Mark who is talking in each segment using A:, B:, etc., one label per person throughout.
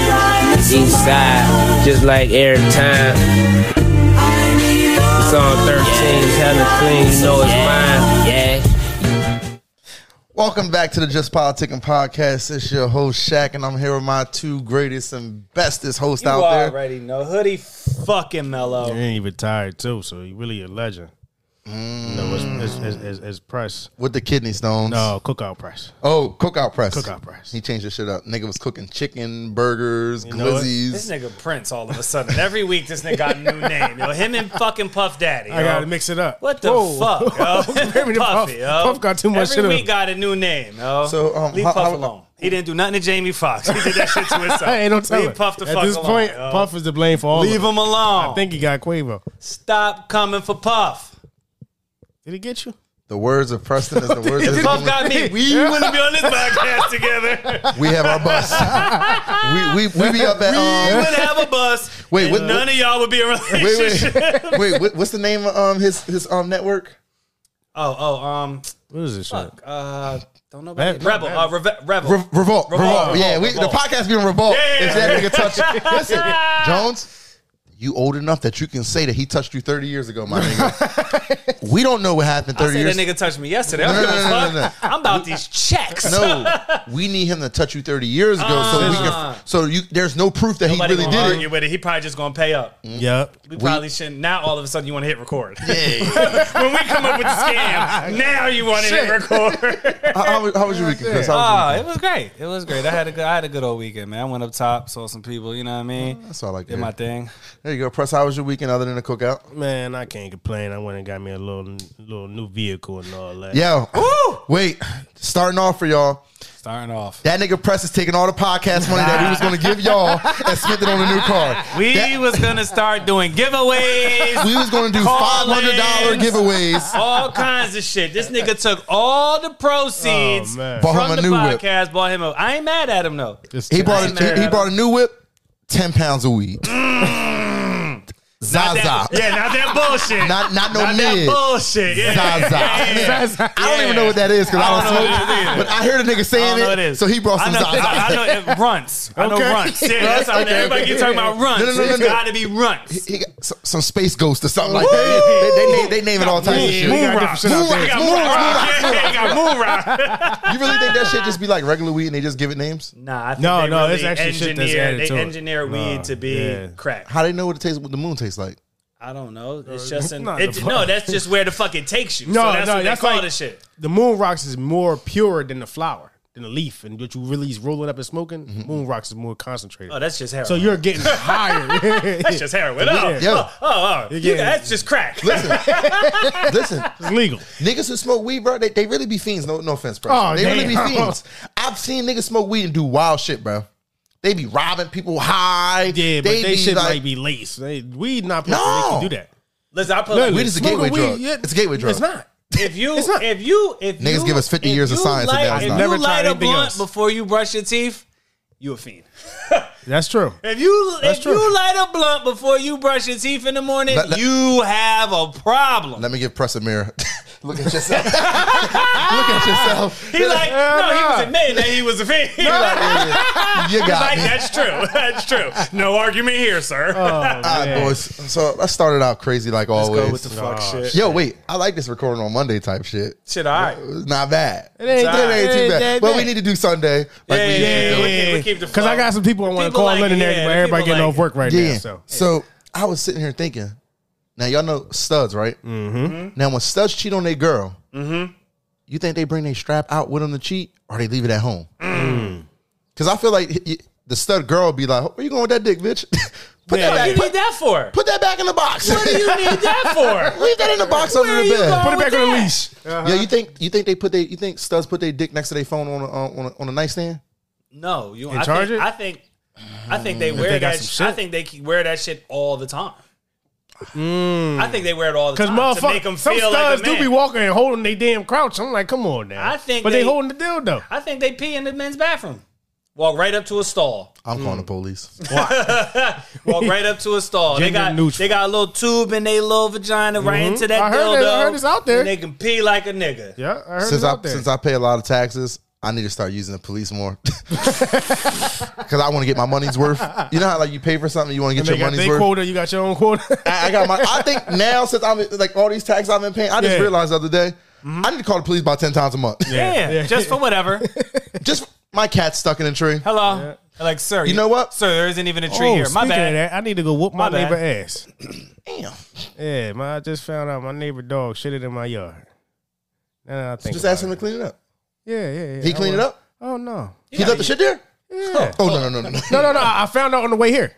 A: the east side, just like every time. It's on 13, hella clean, you know it's mine. Yeah.
B: Welcome back to the Just Politic and Podcast. It's your host Shaq, and I'm here with my two greatest and bestest hosts
C: You
B: out there.
C: already know. Hoodie fucking mellow.
D: And he retired too, so he really a legend. You know, as, as, as, as, as press,
B: With the kidney stones.
D: no cookout press.
B: Oh, cookout press.
D: Cookout press.
B: He changed the shit up. Nigga was cooking chicken, burgers,
D: know what?
C: This
B: glizzies.
C: nigga Prince all of a sudden. Every week this nigga got a new name. Yo, him and fucking Puff Daddy.
D: I
C: yo.
D: gotta mix it up.
C: What the
D: Whoa.
C: fuck, yo?
D: Maybe the Puff-
C: Puffy, yo.
D: Puff got too much
C: Every
D: shit on
C: week
D: him.
C: got a new name, yo.
B: So, um,
C: leave
B: how-
C: Puff
B: how-
C: alone. He didn't do nothing to Jamie Foxx. He did that shit to himself.
D: I ain't no telling.
C: leave Puff the
D: At
C: fuck
D: this
C: alone.
D: point,
C: yo.
D: Puff is to blame for all.
C: leave
D: of it.
C: him alone.
D: I think he got Quavo.
C: Stop coming for Puff.
D: Did he get you?
B: The words of Preston is the words of
C: If Puff got me, we wouldn't be on this podcast together.
B: We have our bus. we, we, we be up
C: We
B: at um
C: would have a bus.
B: Wait,
C: and
B: what-
C: none of y'all would be in a
B: wait
C: relationship.
B: wait wait what, what's the name of um his his um network?
C: Oh, oh, um,
D: What is this shit?
C: fuck, uh, don't know. About
D: Bad-
C: it. Rebel,
D: bad.
C: uh, Reve- Rebel.
B: Re- Revolt, Revolt,
C: Revolt,
B: Yeah, we,
C: Revolt.
B: the podcast being Revolt.
C: Yeah, yeah,
B: If that nigga touched, listen, Jones, you old enough that you can say that he touched you thirty years ago, my nigga. we don't know what happened
C: I
B: thirty
C: say that
B: years.
C: nigga touched me yesterday.
B: No,
C: I don't
B: no,
C: give a
B: no,
C: fuck.
B: no, no.
C: I'm about these checks.
B: No, we need him to touch you thirty years ago, so we can. So you, there's no proof that
C: Uh-huh. Nobody
B: he really
C: gonna
B: did
C: argue
B: it.
C: with it. He probably just gonna pay up.
D: Yep.
C: We probably shouldn't. Now all of a sudden you want to hit record.
B: Yeah.
C: when we come up with the scam, now you want to hit record.
B: how, how, was- how was your weekend, Chris? How was your
C: oh, it was great. It was great. I had a good. I had a good old weekend, man. I went up top, saw some people. You know what I mean?
B: That's all I
C: Did
B: care.
C: my thing.
B: There you go, Press. How was your weekend other than the cookout?
D: Man, I can't complain. I went and got me a little little new vehicle and all that.
B: Yo, wait. Starting off for y'all,
C: Starting off.
B: that nigga Press is taking all the podcast money that we was gonna give y'all and spent it on a new car.
C: We was gonna start doing giveaways.
B: We was gonna do five hundred dollar
C: Collins.
B: giveaways.
C: all kinds of shit. This nigga took all the proceeds
D: Oh, man.
B: Bought him
C: from
B: a
C: the
B: new whip.
C: podcast, bought him a. I ain't mad at him though.
D: This-
B: He bought
C: ain't mad
B: a, he, he
C: at
B: bought a new whip, ten pounds of weed. Zaza.
C: That- yeah, Mm. not that bullshit.
B: Not not no
C: that
B: mid.
C: bullshit. Yeah.
B: Zaza.
D: Zaza.
B: I don't even know what that is because I, don't smoke. But I hear the nigga
C: I
B: saying
C: don't know
B: it,
C: what it is.
B: so he brought
C: I
B: some
C: know, I, I
B: Zaza.
C: know it runs. I know
D: Okay.
C: runts. Yeah, that's how
B: Okay,
C: everybody
B: okay.
C: keep talking about runs.
B: No, no, no, no,
C: it's
B: no.
C: gotta be runs.
B: He got some, some space ghost or something like that. They, they, name- they name it all types of
D: Yeah,
B: shit.
D: we
C: Moon
D: got
C: rock.
D: different shit out
B: Moon
D: there.
C: They got
B: Moon
C: moon rock.
B: rock, moon
C: Yeah, they got moon rock.
B: You really think that shit just be like regular weed and they just give it names?
C: Nah, I think
D: No,
C: they
D: no,
C: really
D: it's actually shit that's
C: engineer-
D: added
C: They
D: to it.
C: engineer weed
D: Nah,
C: to be
D: yeah.
C: crack.
B: How they know what it tastes? What the moon tastes like?
C: I don't know. It's just an,
D: Not
C: it's,
D: the-
C: no. That's just where the fuck it takes you. No, so
D: No,
C: that's
D: no,
C: what
D: that's
C: they call
D: like-
C: this shit.
D: The moon rocks is more pure than the flower, than the leaf, and what you really is rolling up and smoking.
B: Mm-hmm.
D: Moon rocks is more concentrated.
C: Oh, that's just heroin.
D: so you're getting higher.
C: That's just heroin. Oh,
D: Yeah.
B: Yo.
C: oh, oh, oh. You-
D: Yeah.
C: that's just crack.
B: Listen,
D: It's legal.
B: niggas who smoke weed, bro, they, they really be fiends. No, no offense, bro.
D: Oh,
B: they really be
D: damn.
B: fiends. I've seen niggas smoke weed and do wild shit, bro. They be robbing people high.
D: Yeah, but they,
B: be
D: should
B: like-
D: might be laced. They, weed not
B: No.
D: no. they can do that.
C: Listen, I put
D: Literally.
B: Weed is a gateway
D: Smoking
B: drug. It's a gateway drug.
D: It's not.
C: if you
D: It's not-
C: if you if
B: Niggas
C: you,
B: give us 50
C: if
B: years of
C: you
B: science and
C: Light,
B: now it's
C: if
B: not.
C: you
D: Never tried
C: light a
D: anything
C: blunt
D: else.
C: before you brush your teeth, you a fiend.
D: That's true.
C: If you
D: That's
C: if
D: true.
C: you light a blunt before you brush your teeth in the morning,
B: Let- let-
C: you have a problem.
B: Let me give press a mirror. Look at yourself. Look at yourself.
C: he like
D: Hell
C: no, he
D: nah.
C: was admitting that he was a fiend.
B: You got
C: like
B: me.
C: that's true. That's true. No argument here, sir.
B: All right, boys. So I started out crazy like always.
C: Go with the fuck shit.
B: Yo, wait. I like this recording on Monday type shit.
C: Shit, all right.
B: It's not bad. It
D: ain't
C: that-
B: too
D: it
B: bad.
D: ain't that
B: but we
D: bad.
B: need to do Sunday. Like we
C: Yeah,
B: used to
C: yeah,
B: do.
C: yeah. keep- we keep the
D: Because I
C: flow.
D: got some people I want to
C: People
D: call
C: like
D: in and
C: it,
D: everything,
C: yeah,
D: but
C: the
D: everybody
C: people
D: getting
C: like
D: off work right
B: Yeah.
D: now. So
B: So I was sitting here thinking. Now y'all know studs, right? Mm-hmm. Now when studs cheat on their girl,
D: Mm-hmm.
B: you think they bring their strap out with them to cheat, or they leave it at home?
D: Mm.
B: Because I feel like y- y- the stud girl would be like, "Where you going with that dick, bitch? put
C: What do
B: that
C: you
B: back. Put,
C: need that for?
B: put that back in the box.
C: What do you need that for?
B: leave that in the box
C: Where
B: under the
C: you
B: bed.
C: going
D: put it
C: with
D: back on the
C: that?
D: leash. Uh-huh.
B: Yeah, you think you think they put they you think studs put their dick next to their phone on a, on a, on a nightstand?
C: No, you.
D: And
C: I
D: charge
C: think,
D: it? Mm,
C: I think. I think they wear
D: they got
C: that.
D: some
C: Sh-
D: shit.
C: I think they keep- wear that shit all the time. I think they wear it all the
D: Because
C: time to make them
D: motherfuckers, Mm. some
C: feel like
D: studs
C: a man.
D: do be walking and holding their damn crouch. I'm like, come on now.
C: I think
D: but they,
C: they-
D: holding the dildo.
C: I think they pee in the men's bathroom. Walk right up to a stall.
B: I'm calling the
D: Mm.
B: police.
C: Walk right up to a stall. they
D: Gender
C: got
D: neutral. Mm-hmm.
C: they got a little tube in their little vagina right into that
D: I heard
C: dildo.
D: that- I heard it's out there.
C: And they can pee like a nigga.
D: Yeah, I heard
B: since
D: it's
B: I
D: out there.
B: since I pay a lot of taxes, I need to start using the police more because I want to get my money's worth. You know how like you pay for something, you want to get
D: They
B: your
D: got
B: money's
D: their
B: worth.
D: quota. You got your own quota.
B: I, I got my. I think now since I'm like all these taxes I've been paying, I just
D: Yeah. Mm-hmm.
B: realized the other day I need to call the police about ten times a month.
E: Yeah, just for whatever.
B: just my cat's stuck in a tree.
E: Hello. Like, sir,
B: You know what?
E: Sir, there isn't even a tree here. My
D: Oh, speaking
E: bad.
D: Of that, I need to go whoop my,
E: My bad.
D: neighbor ass.
B: Damn.
D: Yeah, man, I just found out my neighbor dog shitted in my yard. Now I think
B: Just
D: about
B: ask him
D: it.
B: to clean it up.
D: Yeah, yeah, yeah.
B: He
D: I
B: cleaned it
D: will.
B: up.
D: Oh no,
B: He left the shit there.
D: yeah.
B: Oh no no no no.
D: No, no, no. I I found out on the way here.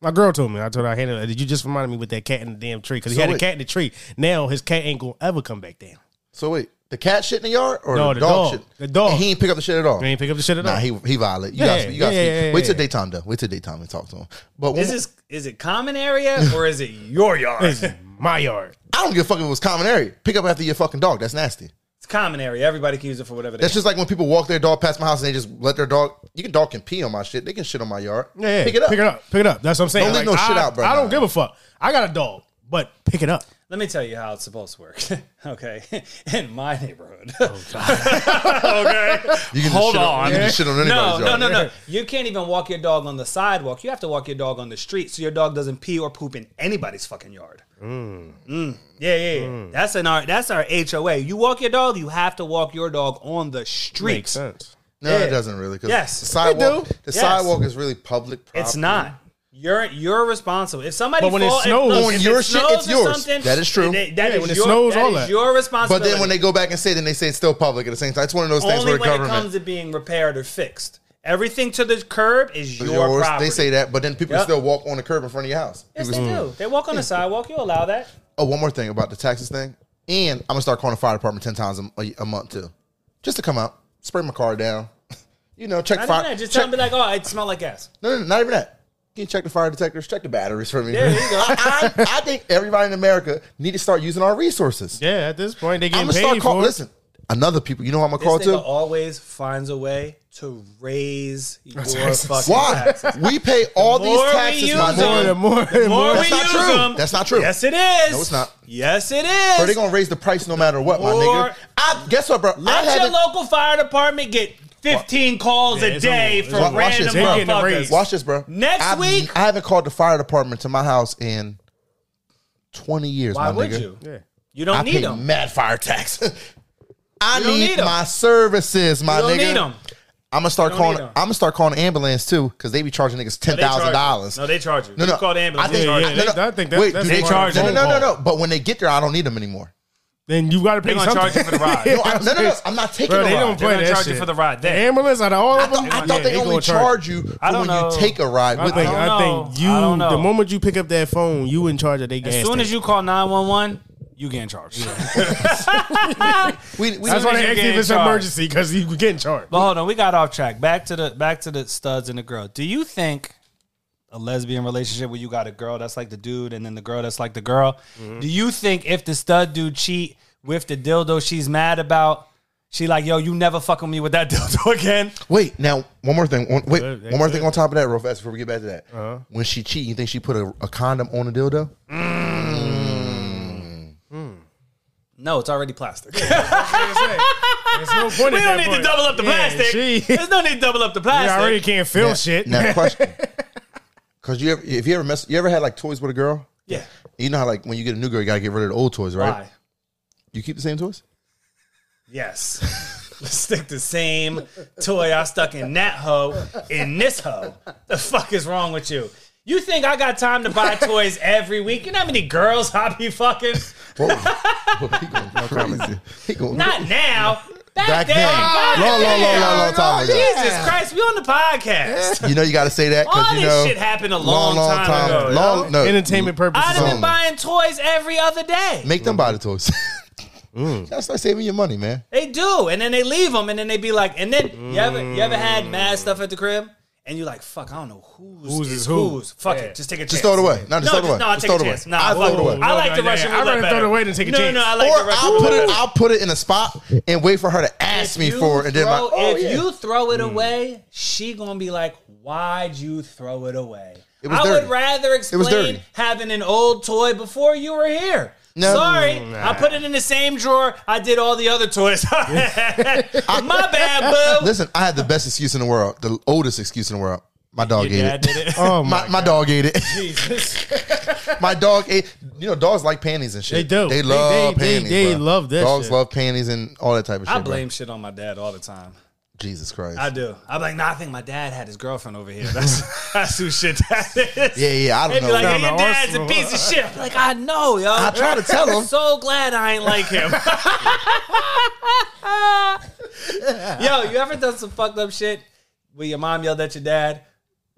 D: My girl told me. I told her I handed. Did you just reminded me with that cat in the damn tree? Because he
B: So
D: had a
B: wait.
D: cat in the tree. Now his cat ain't gonna ever come back down.
B: So wait, the cat shit in the yard or
D: No,
B: the,
D: the
B: dog,
D: dog.
B: shit?
D: The dog.
B: And he ain't pick up the shit at all.
D: He ain't pick up the shit at all.
B: Nah, he he violate. You
D: Yeah,
B: gotta, speak- you gotta
D: yeah,
B: speak.
D: yeah, yeah,
B: wait till
D: yeah.
B: daytime though. Wait till daytime and talk to him. But one,
C: Is this is it common area or is it your yard?
D: This
C: it's
D: is my yard.
B: I don't give a fuck if it was common area. Pick up after your fucking dog. That's nasty.
C: common area. Everybody can use it for whatever they
B: That's just like when people walk their dog past my house and they just let their dog. You can dog can pee on my shit. They can shit on my yard.
D: Yeah, yeah.
B: pick it up.
D: Pick it up. Pick it up. That's what I'm saying.
B: Don't leave no
D: I,
B: shit out, bro.
D: I don't give a fuck. I got a dog, but pick it up.
C: Let me tell you how it's supposed to work. okay. In my neighborhood. okay.
B: Oh, You can just
C: Hold
B: shit
C: on.
B: You can just shit on
C: No,
B: anybody's
C: no,
B: yard.
C: no, no. You can't even walk your dog on the sidewalk. You have to walk your dog on the street so your dog doesn't pee or poop in anybody's fucking yard. Mm. Yeah, yeah, yeah. That's an our that's our HOA. You walk your dog, you have to walk your dog on the
D: Makes
C: streets.
D: sense.
B: No,
C: Yeah.
B: it doesn't really. Cause
C: Yes.
B: the sidewalk.
D: They do.
B: The
C: Yes.
B: sidewalk is really public. Property.
C: It's not. You're you're responsible. If somebody
D: But when it
C: fall- if-
D: snows-
C: look,
D: On
C: if
B: your
C: it
B: shit,
C: snows
B: it's
C: or
B: yours.
C: something,
B: That is true.
C: That, that
D: Yeah,
C: is
D: when it
C: your,
D: snows,
C: that
D: all
C: is
D: that.
C: your
B: But
C: responsibility.
B: then when they go back and say, it, then they say it's still public at the same time. It's one of those things
C: only
B: where the
C: when it
B: government.
C: comes to being repaired or fixed, everything to the curb is your
B: yours.
C: property.
B: They say that, but then people
C: Yep.
B: still walk on the curb in front of your house.
C: Yes,
B: People-
C: they do. They walk on the sidewalk. You allow that.
B: Oh, one more thing about the taxes thing, and I'm gonna start calling the fire department ten times a, a- a month too, just to come out, spray my car down, you know, check
C: I
B: fire.
C: don't know. Just
B: check-
C: tell them, be like, oh, it smelled like gas.
B: no, no, no, not even that. You can check the fire detectors, check the batteries for me.
C: Yeah, there you go.
B: I, I, I think everybody in America need to start using our resources.
D: Yeah, at this point they
B: I'm
D: getting
B: gonna start
D: paid for
B: calling.
D: it.
B: Listen, another people. You know who I'm gonna
C: This
B: call
C: nigga
B: to?
C: always finds a way to raise your
D: taxes.
C: fucking
B: Why?
C: taxes.
B: we pay all these
C: more we
B: taxes. my
C: use
B: nigga.
D: More, the more, the
C: The more
D: more.
C: we
B: That's not
C: use
B: true.
C: them-
B: That's not true.
C: Yes, it is.
B: No, it's not.
C: Yes, it is.
B: Bro, they gonna raise the price no matter what, my
C: Or-
B: nigga. I guess what, bro. I
C: Let
B: had
C: your
B: to-
C: local fire department get 15 calls
D: Yeah,
C: a
D: it's
C: day
D: over. It's
C: for
B: Wa-
D: over.
B: watch
C: random
B: this, bro.
D: Getting a raise.
C: motherfuckers.
B: Watch this, bro.
C: Next
B: I've-
C: week?
B: I haven't called the fire department to my house in twenty years.
C: Why
B: my
C: would
B: nigga.
C: you?
D: Yeah.
C: You don't
B: I
C: need
B: pay
C: them.
B: mad fire tax. I
C: You don't
B: need,
C: need 'em.
B: my services, my
C: You don't
B: nigga.
C: need 'em.
B: I'm gonna start
C: You don't
B: calling.
C: need 'em.
B: I'm gonna start calling ambulance too, because they be charging niggas ten
C: They charge
B: thousand
C: you.
B: dollars.
C: No, they charge you.
B: No,
C: You
B: no.
C: called the ambulance.
B: I think,
C: they charge
D: Yeah,
C: you.
D: yeah,
B: no, no.
D: I think that-
B: Wait,
D: that's
B: do they
D: more
B: charge? No,
D: than
B: no,
D: a
B: no,
D: phone
B: no, no. But when they get there, I don't need them anymore.
D: Then you got to pay
E: They gonna
D: something.
E: charge you for the ride.
B: No, I, no, no, no. I'm not taking
D: Bro,
B: a
D: they
B: ride.
D: don't
E: They're
D: play
E: gonna
D: that
E: charge you
D: shit.
E: for the ride.
D: The
E: They-
D: ambulance out of all
B: I
D: of them.
B: thought, I thought
D: yeah,
B: they, only
D: gonna
B: charge you for
E: I
B: when
E: don't
B: you
E: know.
B: take a ride
D: I
B: with
D: think
B: them.
E: don't
D: I
E: know.
D: think you
E: I don't know.
D: the moment you pick up that phone, you in charge of their gas.
E: As soon as
D: station.
E: you call 911, you getting charged.
B: We, we,
D: that's why
E: soon as
D: they
E: you get
D: ask you if
E: in
D: it's an
E: charge.
D: emergency because you getting charged.
E: But hold on, we got off track. Back to the back to the studs and the girl. Do you think a lesbian relationship where you got a girl that's like the dude and then the girl that's like the girl?
D: Mm-hmm.
E: Do you think if the stud dude cheat with the dildo she's mad about, she like, yo, you never fucking me with that dildo again?
B: Wait, now one more thing. One, wait,
D: Good,
B: one more
D: good.
B: thing on top of that, real fast before we get back to that.
C: Uh-huh.
B: When she cheat, you think she put a, a condom on a dildo?
C: Oh, No, it's already plastic.
D: There's no point
C: we don't
D: at that
C: need to
D: point.
C: double up the
D: Yeah,
C: plastic.
D: she-
C: There's no need to double up the
D: You
C: plastic.
D: already can't feel shit.
B: Now question, because you ever, if you ever mess, you ever had like toys with a girl?
C: Yeah.
B: You know how like when you get a new girl, you gotta get rid of the old toys, right?
C: Why?
B: You keep the same toys.
C: Yes. Stick the same toy I stuck in that hoe in this hoe. The fuck is wrong with you? You think I got time to buy toys every week? You know how many girls I be fucking?
B: Whoa. he going crazy. He going
C: Not now. Back,
B: back
C: then.
B: then,
C: God
B: long, long, long,
C: damn.
B: long, long time ago.
C: Jesus Christ, we on the podcast.
B: You know you gotta say that
C: All
B: because you
C: this
B: know
C: shit happened a long, time, ago. yo.
B: long, no,
D: Entertainment
C: I'd
D: purposes.
C: have
B: Um,
C: been buying toys every other day.
B: Make them buy the toys.
C: Mm.
B: That's start saving your money, man.
C: They do, and then they leave them, and then they be like, and then you ever you ever had mad stuff at the crib, and you're like, fuck, I don't know who's
D: Who's
C: is
D: is who.
C: who's. Fuck it, just take a chance.
B: Just throw it away. No,
C: No,
B: just throw it away.
C: just, no, I
B: Just
C: take
B: throw
C: a
B: it away.
C: chance. Nah,
B: I
C: I
B: throw it
C: fuck-
B: away.
C: I like the
D: No, no,
C: Russian
D: yeah, I'd
C: roulette
D: rather
C: better.
D: throw it away than take a
C: no,
D: chance.
C: No, no, I like the
B: Or
C: Russian
B: I'll put
C: roulette
B: it.
C: better.
B: I'll put it in a spot and wait for her to ask me
C: You
B: for it, and then my.
C: throw-
B: Oh,
C: if
B: yeah.
C: you throw it away, she gonna be like, "Why'd you throw it away?"
B: It was
C: I
B: dirty.
C: would rather
B: was
C: explain
B: dirty.
C: having an old toy before you were here.
B: No.
C: Sorry,
D: Mm,
C: I put it in the same drawer I did all the other toys. My bad, boo.
B: Listen, I had the best excuse in the world, the oldest excuse in the world. My dog ate
C: Dad
B: it.
C: did it.
D: Oh
B: My, my dog ate it. my dog ate. You know, dogs like panties and shit.
D: They do.
B: They
D: They-
B: love
D: they- they-
B: panties.
D: they
B: bro.
D: love that
B: Dogs
D: shit.
B: love panties and all that type of shit.
C: I
B: bro.
C: blame shit on my dad all the time.
B: Jesus Christ.
C: I do. I'm like, nah, I think my dad had his girlfriend over here. That's that's who shit that is.
B: yeah, yeah. I
C: They'd
B: don't
C: be
B: know.
C: like, hey,
D: Down
C: your
D: the
C: dad's a
D: arsenal.
C: piece of shit. I'm like, I know, yo. I
B: try to tell him.
C: So glad I ain't like him. yo, you ever done some fucked up shit where your mom yelled at your dad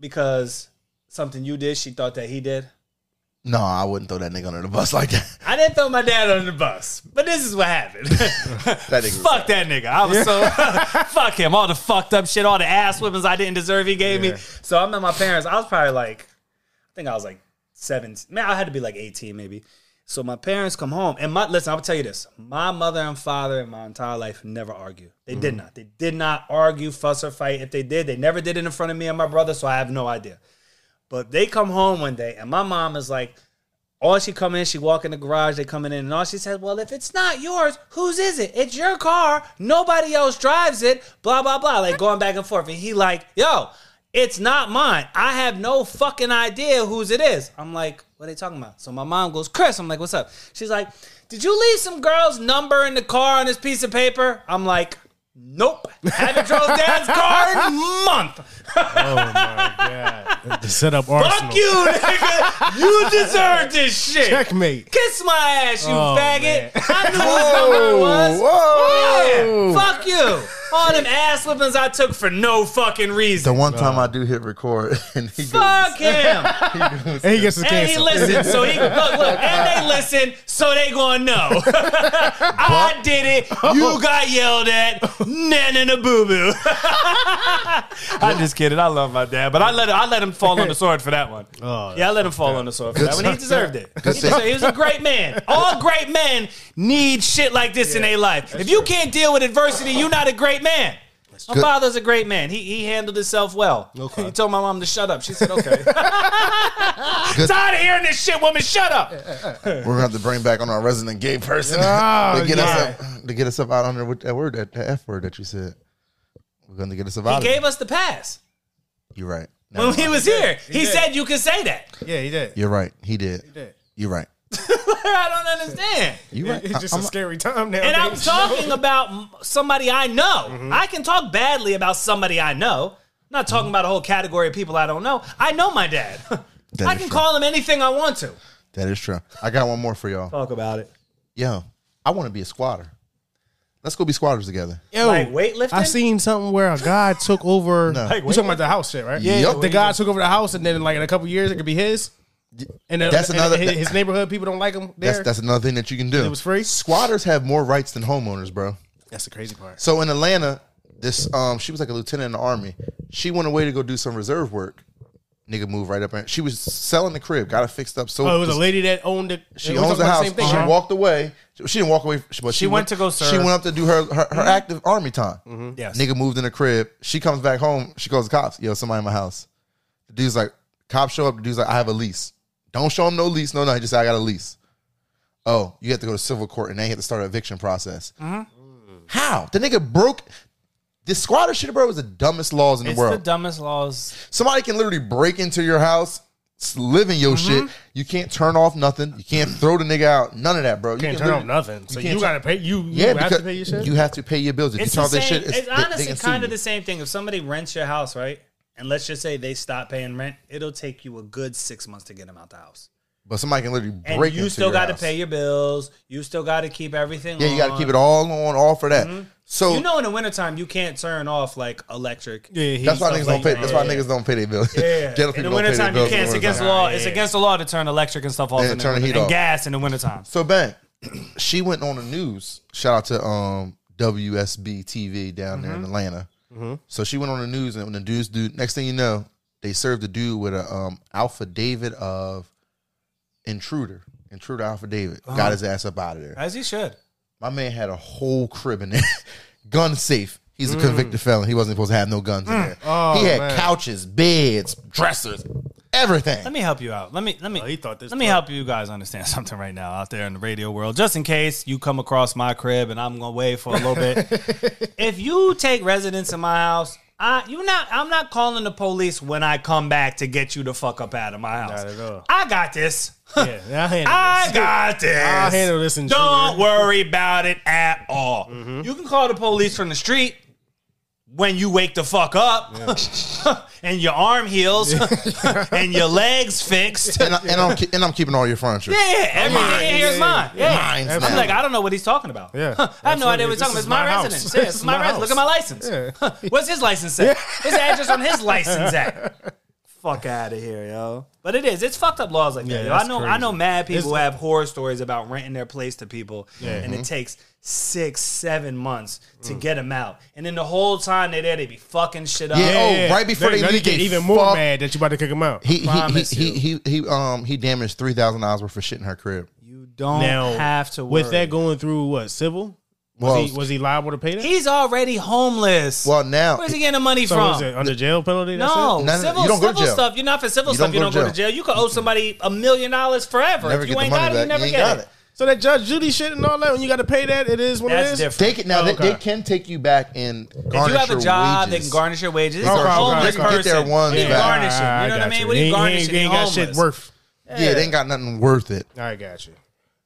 C: because something you did, she thought that he did?
B: no, I wouldn't throw that nigga under the bus like that.
C: I didn't throw my dad under the bus, but this is what happened.
B: That nigga.
C: fuck that nigga. I was so fuck him. All the fucked up shit, all the ass whippings I didn't deserve he gave me. So I'm at my parents. I was probably like, I think I was like seven. Man, I had to be like 18 maybe. So my parents come home and my listen, I'll tell you this. My mother and father in my entire life never argue. They did not. They did not argue, fuss, or fight. If they did, they never did it in front of me and my brother, so I have no idea. But they come home one day and my mom is like, all she come in, she walk in the garage, they coming in, and all she said, Well, if it's not yours, whose is it? It's your car. Nobody else drives it. Blah, blah, blah. Like going back and forth. And he like, yo, it's not mine. I have no fucking idea whose it is. I'm like, what are they talking about? So my mom goes, Chris, I'm like, what's up? She's like, Did you leave some girl's number in the car on this piece of paper? I'm like, Nope. Haven't drove dad's car in a month.
D: oh The setup arsenal.
C: Fuck you, nigga. You deserve this shit.
D: Checkmate.
C: Kiss my ass, you
D: Oh,
C: faggot. I knew whose number it was.
B: whoa.
C: Yeah, fuck you. All them ass whippings I took for no fucking
B: The
C: reason.
B: one time I do hit record and he goes,
C: Fuck him.
D: And he gets his
C: And he
D: cancel.
C: listened, so he look, look, and they listen, so they gonna know. I did it. You got yelled at. Nan in a boo boo. I'm just kidding. I love my dad, but I let I let him fall on the sword for that one.
D: Oh,
C: yeah, I let him fall on the sword for that one. He deserved it. He,
B: stuff.
C: deserved, he was a great man. All great men need shit like this in their life. If you can't deal with adversity, you're not a great man. My
B: true.
C: father's a great man. He he handled himself well.
D: Okay.
C: He told my mom to shut up. She said, "Okay." tired of hearing this shit, woman. Shut up.
B: We're gonna have to bring back on our resident gay person
D: Oh,
B: to get
D: yeah.
B: us up to get us up out under what- that word that, that f word that you said. We're gonna get us up
C: He
B: out. of
C: gave
B: it.
C: us the pass
B: You're right. No,
C: when he was here. He
D: did.
C: said you can say that.
D: Yeah, he did.
B: you're right. He did. You're right.
C: I don't understand.
B: You're right.
D: It's just
B: I'm-
D: a scary time now.
C: And I'm talking about m- somebody I know.
B: Mm-hmm.
C: I can talk badly about somebody I know. I'm not talking about a whole category of people I don't know. I know my dad.
B: That
C: I
B: is
C: can
B: true.
C: call him anything I want to.
B: That is true. I got one more for y'all.
C: Talk about it.
B: Yo, I want to be a squatter. Let's go be squatters together.
D: Yo,
C: Like weightlifting?
D: I seen something where a guy took over.
B: No.
D: You talking about the house shit, right?
B: Yeah. Yup.
D: The guy took over the house, and then like in a couple years, it could be his. And then-
B: That's
D: and
B: another-
D: His, his neighborhood people don't like him. There.
B: That's that's another thing that you can do.
D: It was free?
B: Squatters have more rights than homeowners, bro.
D: That's the crazy part.
B: So in Atlanta, this um, she was like a lieutenant in the army. She went away to go do some reserve work. Nigga moved right up. in- She was selling the crib, got it fixed up. So
D: Oh, it was a lady that owned it.
B: she owns the house. She
D: Uh-huh.
B: walked away. She, she didn't walk away, but she,
C: went to go serve. Mm-hmm.
B: She went up to do her her, her active army time.
C: Yes.
B: Nigga moved in the crib. She comes back home. She calls the cops. Yo, somebody in my house. The dude's like, cops show up. The dude's like, I have a lease. Don't show him no lease. No, no. He just said, I got a lease. Oh, you have to go to civil court and then you have to start an eviction process.
C: Mm-hmm.
B: How? The nigga broke. This squatter shit, bro, is the dumbest laws in the
C: It's
B: world.
C: the dumbest laws.
B: Somebody can literally break into your house, s- live in your shit.
C: Mm-hmm.
B: You can't turn off nothing. You can't throw the nigga out. None of that, bro. You
D: Can't
B: can
D: turn off
B: literally-
D: nothing. So
B: can't turn-
D: you gotta pay. You you
B: Yeah,
D: have
B: because
D: to pay your shit.
B: you have to pay your bills. If
C: It's,
B: you
C: the
B: talk
C: same,
B: this shit,
C: it's,
B: it's, they- they
C: honestly
B: can sue
C: kind of
B: you.
C: the same thing. If somebody rents your house, right? And let's just say they stop paying rent, it'll take you a good six months to get them out the house.
B: But somebody can literally break
C: and
B: into
C: you still
B: your
C: got to
B: house.
C: pay your bills. You still got to keep everything.
B: Yeah, you got to
C: on.
B: keep it all on, all for that. So
C: Mm-hmm. You know, in the wintertime, you can't turn off like electric.
D: yeah, he-
B: that's why
D: stuff
B: niggas
D: like
B: don't pay.
D: that.
B: That's why niggas don't pay their bills.
C: Yeah,
B: Ghetto people
C: in the
B: don't pay their
C: wintertime, you
B: bills in
C: can't.
B: the
C: It's against the
B: wintertime.
C: law.
D: Yeah,
C: It's
D: yeah.
C: against the law to turn electric and stuff off.
B: Yeah,
C: in the
B: turn the
C: winter-
B: heat
C: and
B: off.
C: gas in the wintertime.
B: So bang, she went on the news. Shout out to um WSB TV down there in Atlanta. So she went on the news, and when the dudes do, next thing you know, they served the dude with a um Alpha David of intruder, intruder Alpha David. Got his ass up out of there.
C: As you should.
B: My man had a whole crib in there, gun safe. He's a convicted felon. He wasn't supposed to have no guns in there. he had
D: man.
B: couches, beds, dressers, everything.
C: Let me help you out. Let me let me
D: Oh, he thought this
C: let me
D: part-
C: help you guys understand something right now out there in the radio world. Just in case you come across my crib and I'm gonna wait for a little bit. if you take residence in my house, I you not I'm not calling the police when I come back to get you the fuck up out of my house.
D: Not at all.
C: I got this.
D: Yeah, I'll handle
C: I
D: this.
C: got this.
D: I'll handle this in
C: Don't
D: trigger.
C: worry about it at all. You can call the police from the street when you wake the fuck up and your arm heals and your legs fixed. Yeah,
B: and, I, and I'm ke- and I'm keeping all your furniture.
C: everything in here is mine. Yeah.
B: Mine's
C: I'm
B: now.
C: like, I don't know what he's talking about.
D: Yeah,
C: I have no idea
D: absolutely.
C: what he's talking about.
D: This
C: It's my,
D: is
C: residence.
D: my house.
C: Yeah,
D: This
C: it's
D: is
C: my,
D: my
C: residence.
D: house.
C: Look at my license. What's his license at? His address on his license at. Fuck out of here, yo. But it is. It's fucked up laws like that. Yo. I
D: that's
C: know. I
D: crazy.
C: know. Mad people
D: It's-
C: who have horror stories about renting their place to people, and it takes six, seven months to get them out. And then the whole time they're there, they be fucking shit up.
B: Yeah, oh, right before they
D: now
B: leave,
D: get
B: they
D: even more
B: fuck-
D: mad that you about to kick him out.
B: He, he,
C: Promise
B: he, he, he, he, um, he damaged three thousand dollars worth of shit in her crib.
C: You don't
D: now
C: have to worry.
D: with that going through what civil. Was,
B: Well,
D: he, was he liable to pay that?
C: He's already homeless.
B: well, now
C: Where's he getting the money
D: so
C: from?
D: was it under jail penalty? That's
C: No,
D: it?
B: No, no,
C: civil,
B: you don't go to
C: civil
B: jail.
C: stuff. You're not for civil
B: You
C: stuff.
B: don't
C: You
B: go
C: don't
B: to Mm-hmm.
C: go to jail. You could owe somebody a million dollars forever.
B: never
C: if
B: get
C: you
B: the
C: ain't
B: money
C: got it,
B: back.
C: you never
B: ain't
C: get
B: got
C: it.
B: it.
D: So that Judge Judy shit and all that, when you got to pay that, it is what
C: That's
D: it is.
C: different.
B: Take it now. they-
D: Okay.
B: They, can take you back and
C: If
B: garnish
C: you have a
B: your
C: job that
B: wages.
C: can garnish your wages,
D: Okay,
C: it's a
D: okay,
C: homeless
D: okay.
B: Get their
C: person.
B: ones
C: He ain't
B: back.
C: garnishing. You
D: Ah, I
C: know what I
D: got
C: mean?
D: you.
C: What are
D: He
C: you
D: ain't- he ain't-
C: garnishing?
D: He ain't got
C: Homeless.
D: shit worth.
B: Yeah, they ain't got nothing worth it.
D: I got you.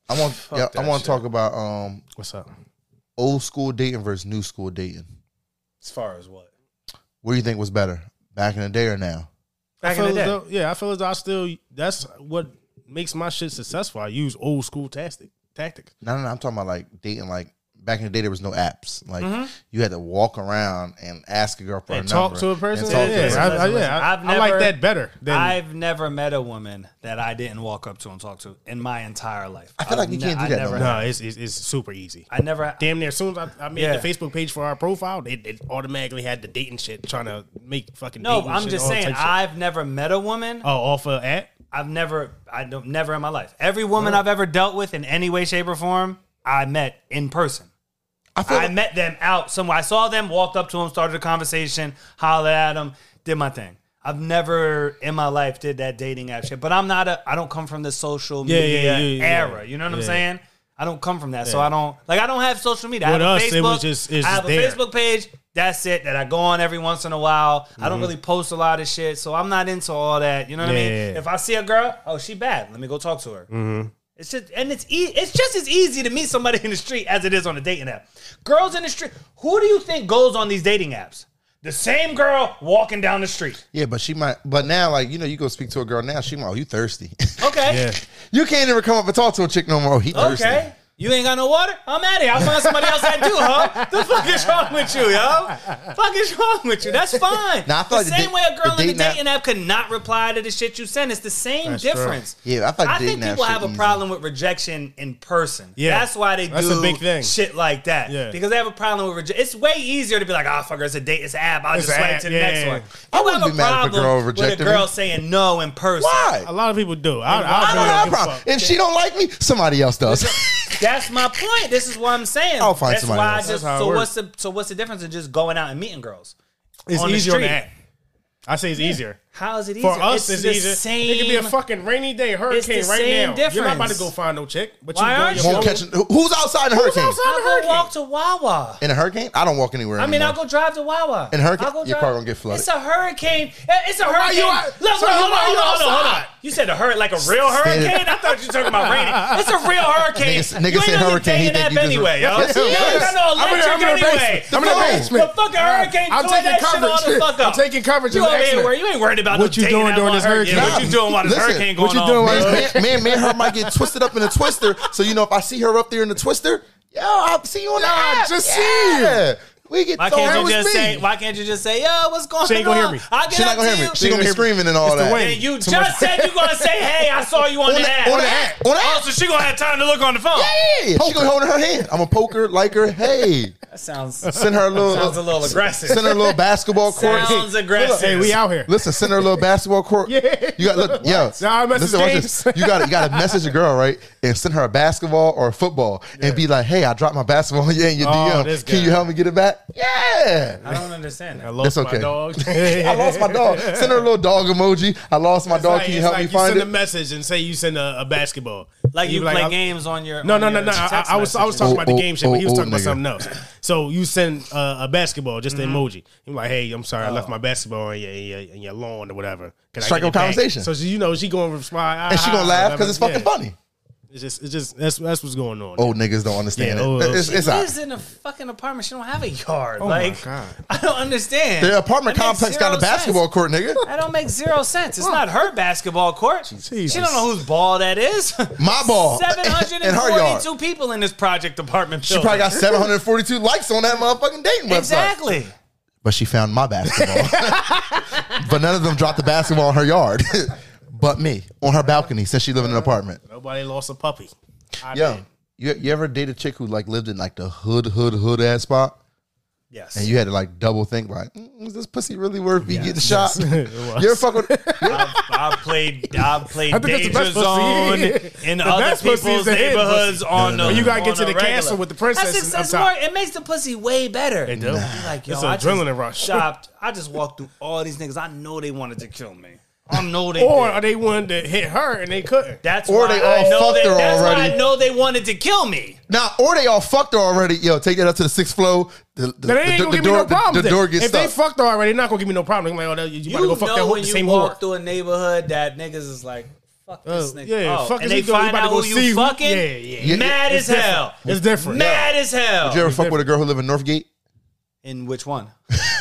B: I want. Yeah, I
D: that
B: want to
D: shit.
B: talk about um
D: What's up?
B: old school dating versus new school dating.
F: As far as what?
B: What do you think was better back in the day or now?
D: I
C: Back
D: feel
C: in
D: as
C: the day.
D: though, yeah, I feel as though I still. That's what makes my shit successful. I use old school tactic tactics.
B: No, no, no. I'm talking about like dating. Like back in the day, there was no apps. Like you had to walk around and ask a girl for
D: And
B: a
D: talk
B: number
D: to a
B: and
D: person.
B: talk to
D: yeah,
B: them.
D: I, I,
C: Listen,
D: yeah, I,
C: I've
D: I like
C: never-
D: that better than
C: I've never met a woman that I didn't walk up to and talk to in my entire life. I
B: feel like you can't do that no
C: Never,
B: more.
D: no. It's, it's it's super easy.
C: I never.
D: Damn near. As soon as I, I made
C: Yeah.
D: the Facebook page for our profile, it, it automatically had the dating shit trying to make fucking.
C: No,
D: dating
C: I'm
D: shit,
C: just
D: all
C: saying.
D: types of-
C: I've never met a woman.
D: oh, off of app.
C: I've never, I don't, never in my life. Every woman I've ever dealt with in any way, shape, or form, I met in person.
B: I feel
C: I met them out somewhere. I saw them, walked up to them, started a conversation, hollered at them, did my thing. I've never in my life did that dating app shit. But I'm not a. I don't come from the social
D: Yeah, yeah,
C: media
D: yeah, yeah, yeah.
C: era. You know what I'm
D: Yeah.
C: saying? I don't come from that, so I don't like. I don't have social media.
D: With
C: I have
D: us,
C: a
D: it
C: Facebook,
D: was just- it's
C: I have
D: there.
C: a Facebook page. That's it. That I go on every once in a while. I don't really post a lot of shit, so I'm not into all that. You know what I
D: Mm-hmm. Yeah,
C: mean?
D: yeah, Mm-hmm. yeah.
C: If I see a girl, oh, she bad. Let me go talk to her. It's just and it's e- it's just as easy to meet somebody in the street as it is on a dating app. Girls in the street, who do you think goes on these dating apps? The same girl walking down the street.
B: Yeah, but she might. But now, like you know, you go speak to a girl now. She might. Oh, you thirsty?
C: Okay.
D: Yeah.
B: you can't even come up and talk to a chick no more. Oh, he thirsty.
C: Okay. You ain't got no water? I'm out of here. I'll find somebody else that do, huh? The fuck is wrong with you, yo? Fuck is wrong with you? That's fine.
B: Nah, I
C: the
B: feel like the
C: same
B: da-
C: way a girl
B: the
C: in the
B: dating app-
C: dating app could not reply to the shit you sent. It's the same
D: That's true.
C: difference.
B: Yeah, I feel like
C: I
B: dating
C: think people
B: apps
C: have
B: are
C: a
B: easy.
C: problem with rejection in person.
D: Yeah.
C: that's why they
D: That's
C: do
D: a big thing.
C: shit like that.
D: Yeah.
C: because they have a problem with rejection. It's way easier to be like, ah, fucker, it's a date, it's an app. I'll
D: It's
C: just
D: an
C: swipe
D: app,
C: to the
D: yeah,
C: next
D: yeah,
C: one.
D: yeah.
B: I
C: People
B: wouldn't
C: have
B: be mad if a girl
C: problem with a
B: rejected
C: girl
B: me.
C: saying no in person.
B: Why?
D: A lot of people do. I, I,
B: I don't
D: really
B: have a
D: give a
B: problem.
D: fuck.
B: If she don't like me, somebody else does.
C: That's my point. This is what I'm saying.
B: I'll find
C: That's
B: somebody
C: why I
B: else.
C: just,
D: That's how it
C: so
D: works.
C: what's the so what's the difference in just going out and meeting girls?
D: It's
C: on the
D: easier on the
C: street.
D: app. I say it's easier.
C: How is it easier?
D: For us, it's,
C: the
D: easier.
C: same.
D: it could be a fucking rainy day, hurricane
C: the
D: right
C: same
D: now. You're not about to
C: difference.
D: go find no chick, but
C: Why
D: you go on
C: aren't
D: your
C: you?
B: Won't catch.
D: phone.
B: who- Who's outside a hurricane?
D: outside?
C: I'll go
D: hurricane.
C: walk to Wawa.
B: In a hurricane? I don't walk anywhere.
C: I mean,
B: anymore.
C: I'll go drive to Wawa.
B: In a hurricane,
C: I'll go
B: your
C: drive-
B: car gonna get flooded.
C: It's a hurricane. Eh, It's a
D: are
C: hurricane.
D: you out-
C: Look,
D: so
C: wait,
D: why
C: hold on,
D: are
C: hold
D: you
C: on, hold on.
D: outside?
C: You said a hur like a real hurricane. I thought you were talking about raining. It's a real hurricane.
B: Niggas- niggas
C: you ain't
B: said
C: on your
B: hurricane, he
C: dating
B: think
C: app
B: you just-
C: anyway, yo.
B: Yes,
C: You ain't got no
D: I'm in- I'm in
C: electric
D: the
C: anyway.
D: basement. I'm in the
C: The
D: basement.
C: fucking hurricane
D: I'm
C: tore
D: taking
C: that shit all the
D: coverage.
C: fuck up.
D: I'm taking coverage
C: You
D: of the
C: over here
D: accident.
C: worried- You ain't worried about no
D: What you
C: dating
D: doing
C: app
D: during
C: on
D: this
C: hurricane.
D: hurricane?
C: What you doing while this
B: Listen,
C: hurricane going
B: what you
C: on?
B: doing?
C: bro?
B: while this- Man, man, her might get twisted up in a twister. So you know, if I see her up there in the twister, yo, I'll see you on the
D: Nah,
B: app.
D: just
B: yeah.
D: see you.
B: We get
C: Why
B: thrown
C: can't
B: out
C: you
B: with
C: just
B: me.
C: say? Why can't you just say, "Yo, what's going on?"
D: She ain't gonna hear me.
C: I'll get
B: She not
C: up
B: gonna
C: to
B: hear me.
C: you.
B: She gonna be screaming and all
D: It's the
B: that.
D: wind.
C: And you
D: Too
C: just said you gonna say, "Hey, I saw you on,
B: On
C: the,
B: the-
C: app."
B: on the app. On the
C: oh,
B: app.
C: so she gonna have time to look on the phone.
B: Yeah, she gonna hold her hand. I'm a poker like her. Hey,
C: That sounds
B: send her a little.
C: sounds a little aggressive.
B: Send her a little basketball court.
C: sounds
B: Hey,
C: aggressive.
D: Hey, we out here.
B: Listen, send her a little basketball court.
D: Yeah.
B: You got look, yo.
D: Nah, I message
B: listen, watch this.
D: James.
B: You got you got to message a girl, right? And send her a basketball or a football, and be like, "Hey, I dropped my basketball in your
D: Oh,
B: DM.
D: this
B: Can
D: guy.
B: you help me get it back?" that? Yeah.
C: I don't understand that.
D: lost
B: That's okay.
D: my dog.
B: I lost my dog. Send her a little dog emoji. I lost my
D: It's
B: dog.
D: like-
B: Can you
D: it's
B: help
D: like
B: me find
D: send
B: it?
D: a message and say you send a, a basketball.
C: Like
D: You
C: you
D: be
C: play
D: I-
C: games on your
D: No,
C: on
D: no, no,
C: your
D: no. I,
C: text
D: I was I
C: messages.
D: was talking about the
B: Oh,
D: game
B: oh,
D: shit, but he was
B: oh,
D: talking about
B: nigga.
D: something else. So you send uh, a basketball, just
C: Uh-huh.
D: an emoji. You're like, hey, I'm sorry, I left my basketball in your, in your, in your lawn or whatever. Can I
B: Strike
D: get
B: up
D: it back?"
B: conversation.
D: So she, you know she going to respond,
B: And she gonna
D: "Ah,"
B: laugh because
D: whatever.
B: it's fucking
D: Yeah.
B: funny.
D: It's just it's just that's that's what's going on.
B: Old niggas don't understand
D: Yeah, oh,
B: it.
D: oh.
B: It's, it's
C: She
B: all right.
C: lives in a fucking apartment. She don't have a yard.
D: my
C: like
D: God.
C: I don't understand.
B: The apartment
C: That makes
B: complex got
C: zero
B: a basketball
C: sense.
B: court, nigga.
C: That don't make zero sense. It's not her basketball court. She don't know whose ball that is.
B: My ball.
C: Seven hundred
B: In
C: and
B: her yard.
C: forty-two people in this project apartment.
B: She probably got 742 likes on that motherfucking dating website.
C: exactly.
B: But she found my basketball. but none of them dropped the basketball in her yard. but me on her balcony since she lived in an apartment.
D: Nobody lost a puppy. I
B: Yo,
D: did.
B: you, you ever date a chick who like lived in like the hood, hood, hood ass spot?
C: Yes.
B: And you had to like double think like, mm, is this pussy really worth me getting shot? You're fucking
C: I've played. I've played
D: I
C: danger
D: think that's the best
C: zone
D: pussy.
C: in
D: The
C: other
D: best pussy is
C: people's
D: the head
C: neighborhoods
D: pussy.
C: on the.
D: you gotta get
C: on
D: to the
C: regular.
D: castle with the princess
C: That's,
D: up
C: that's
D: top.
C: more. It makes the pussy way better. It
D: do.
C: Like yo,
D: It's
C: I
D: adrenaline
C: just
D: rush.
C: Shopped. I just walked through all these niggas. I know they wanted to kill me. I know they.
D: Or
C: did.
D: are they wanted to hit her and they couldn't?
C: That's
B: Or
C: why
B: they
C: I
B: all
C: know
B: fucked
C: they,
B: her
C: That's
B: already.
C: why I know they wanted to kill me.
B: now, or they all fucked her already. Yo, take that up to the sixth floor. The, the,
D: Then they ain't
B: the-
D: gonna
B: the
D: give
B: door,
D: me no problems.
B: the, the
D: then.
B: door gets
D: if
B: stuck.
D: they fucked her already, they're not gonna give me no problem. I'm like, oh, you, you,
C: You
D: better go fuck that
C: know
D: whole,
C: when
D: the
C: you
D: same
C: walk
D: whore.
C: through a neighborhood that niggas is like, fuck this
D: Oh,
C: nigga.
D: yeah,
C: oh,
D: fuck
C: and
D: this
C: they
D: nigga, we
C: find
D: about to
C: out
D: go
C: who
D: see
C: you
D: who-
C: fucking.
D: Yeah, yeah, yeah.
C: Mad
D: It's
C: as hell.
D: different. It's different.
C: Mad as hell.
B: Did you ever fuck with a girl who lived in Northgate?
C: In which one?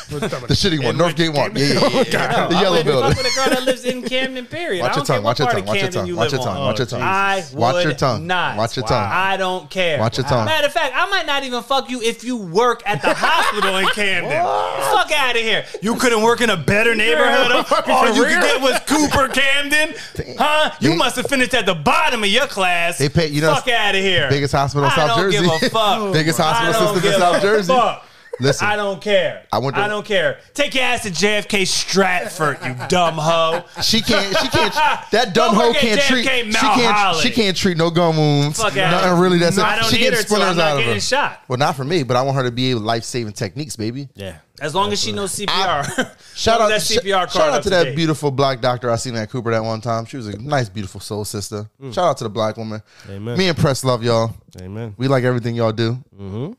B: The shitty one, Northgate one. Yeah, yeah, yeah, yeah. The
C: I
B: yellow
C: wouldn't
B: building.
C: Fuck with a girl that lives in Camden. Period. I
B: Watch your
C: don't
B: tongue.
C: care
B: Watch
C: what
B: your
C: part
B: tongue.
C: of
B: Watch your
C: Camden
B: tongue.
C: you
B: Watch
C: live
B: your tongue.
C: on.
B: Watch your tongue.
C: I would
B: Watch your tongue.
C: Not.
B: Watch your tongue.
C: I don't care.
B: Watch your tongue.
C: Matter of fact, I might not even fuck you if you work at the hospital in Camden. fuck out of here. You couldn't work in a better neighborhood. All you could get was Cooper Camden, huh? You
B: They-
C: must have finished at the bottom of your class.
B: They pay- you know,
C: fuck out of here.
B: Biggest hospital in
C: I
B: South
C: don't
B: Jersey.
C: give a fuck.
B: Biggest hospital
C: I don't
B: system in
C: give
B: South
C: a
B: Jersey.
C: fuck.
B: Listen.
C: I don't care.
B: I
C: I,
B: wonder-
C: don't care. Take your ass to JFK Stratford, you dumb hoe.
B: She can't. She can't. That dumb
C: Don't
B: hoe
C: work at
B: can't
C: JFK
B: treat.
C: Mount
B: she can't.
C: Holly.
B: She can't treat no gun wounds.
C: Fuck out.
B: nothing really. That's
C: I
B: it.
C: don't
B: she
C: need
B: getting
C: her to.
B: splinters
C: I'm not
B: out of
C: getting
B: her.
C: shot.
B: Well, not for me, but I want her to be able life saving techniques, baby.
D: Yeah.
C: As long as she knows CPR.
B: Shout out,
C: that
B: sh-
C: CPR card.
B: shout out
C: up
B: to that
C: date.
B: beautiful black doctor I seen at Cooper that one time. She was a nice, beautiful soul sister.
C: Mm.
B: Shout out to the black woman.
D: Amen.
B: Me and Press love y'all.
D: Amen.
B: We like everything y'all do. Mm-hmm.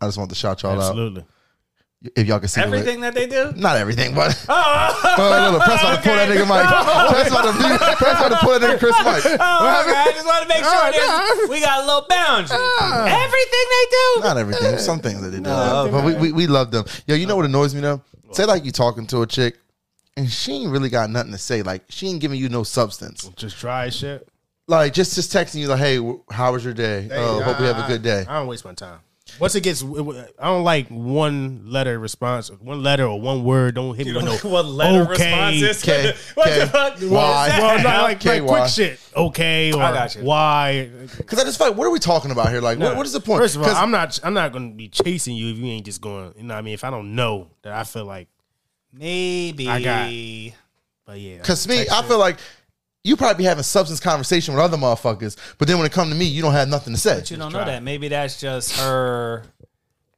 B: I just want to shout y'all out.
D: Absolutely.
B: If y'all can see
C: Everything that they do.
B: Not everything, but.
D: Oh.
B: Well, look, look, press about to pull that nigga mic. Press about to, press about to pull that nigga Chris mic.
C: Oh, okay. I just want to make sure
D: Oh,
C: there's-
D: no.
C: we got a little boundary. Everything they do.
B: Not everything. Some things that they do. but we, we, we love them. Yo, you know what annoys me though? Say like you talking to a chick and she ain't really got nothing to say. Like she ain't giving you no substance.
D: Just dry as shit.
B: Like just just texting you like, hey, w- how was your day? Oh, hope you have a good day.
D: I don't waste my time. Once it gets, I don't like one letter response, one letter or one word. Don't hit me with no
C: What letter
D: okay,
C: responses?
B: K,
C: what
B: K,
C: the fuck?
B: Y.
C: What is
D: Well,
C: that?
D: not like,
B: Okay,
D: like quick
B: why?
D: shit. Okay, or
C: got you.
D: why?
B: Because I just feel like, what are we talking about here? Like, what, what is the point?
D: First of all,
B: 'Cause
D: I'm not. I'm not going to be chasing you if you ain't just going. You know, what I mean, if I don't know that, I feel like.
C: Maybe.
D: I got- But yeah,
B: Cause me, I feel like you probably be having substance conversation with other motherfuckers, but then when it come to me, you don't have nothing to say.
C: But you don't know that. Maybe that's just her.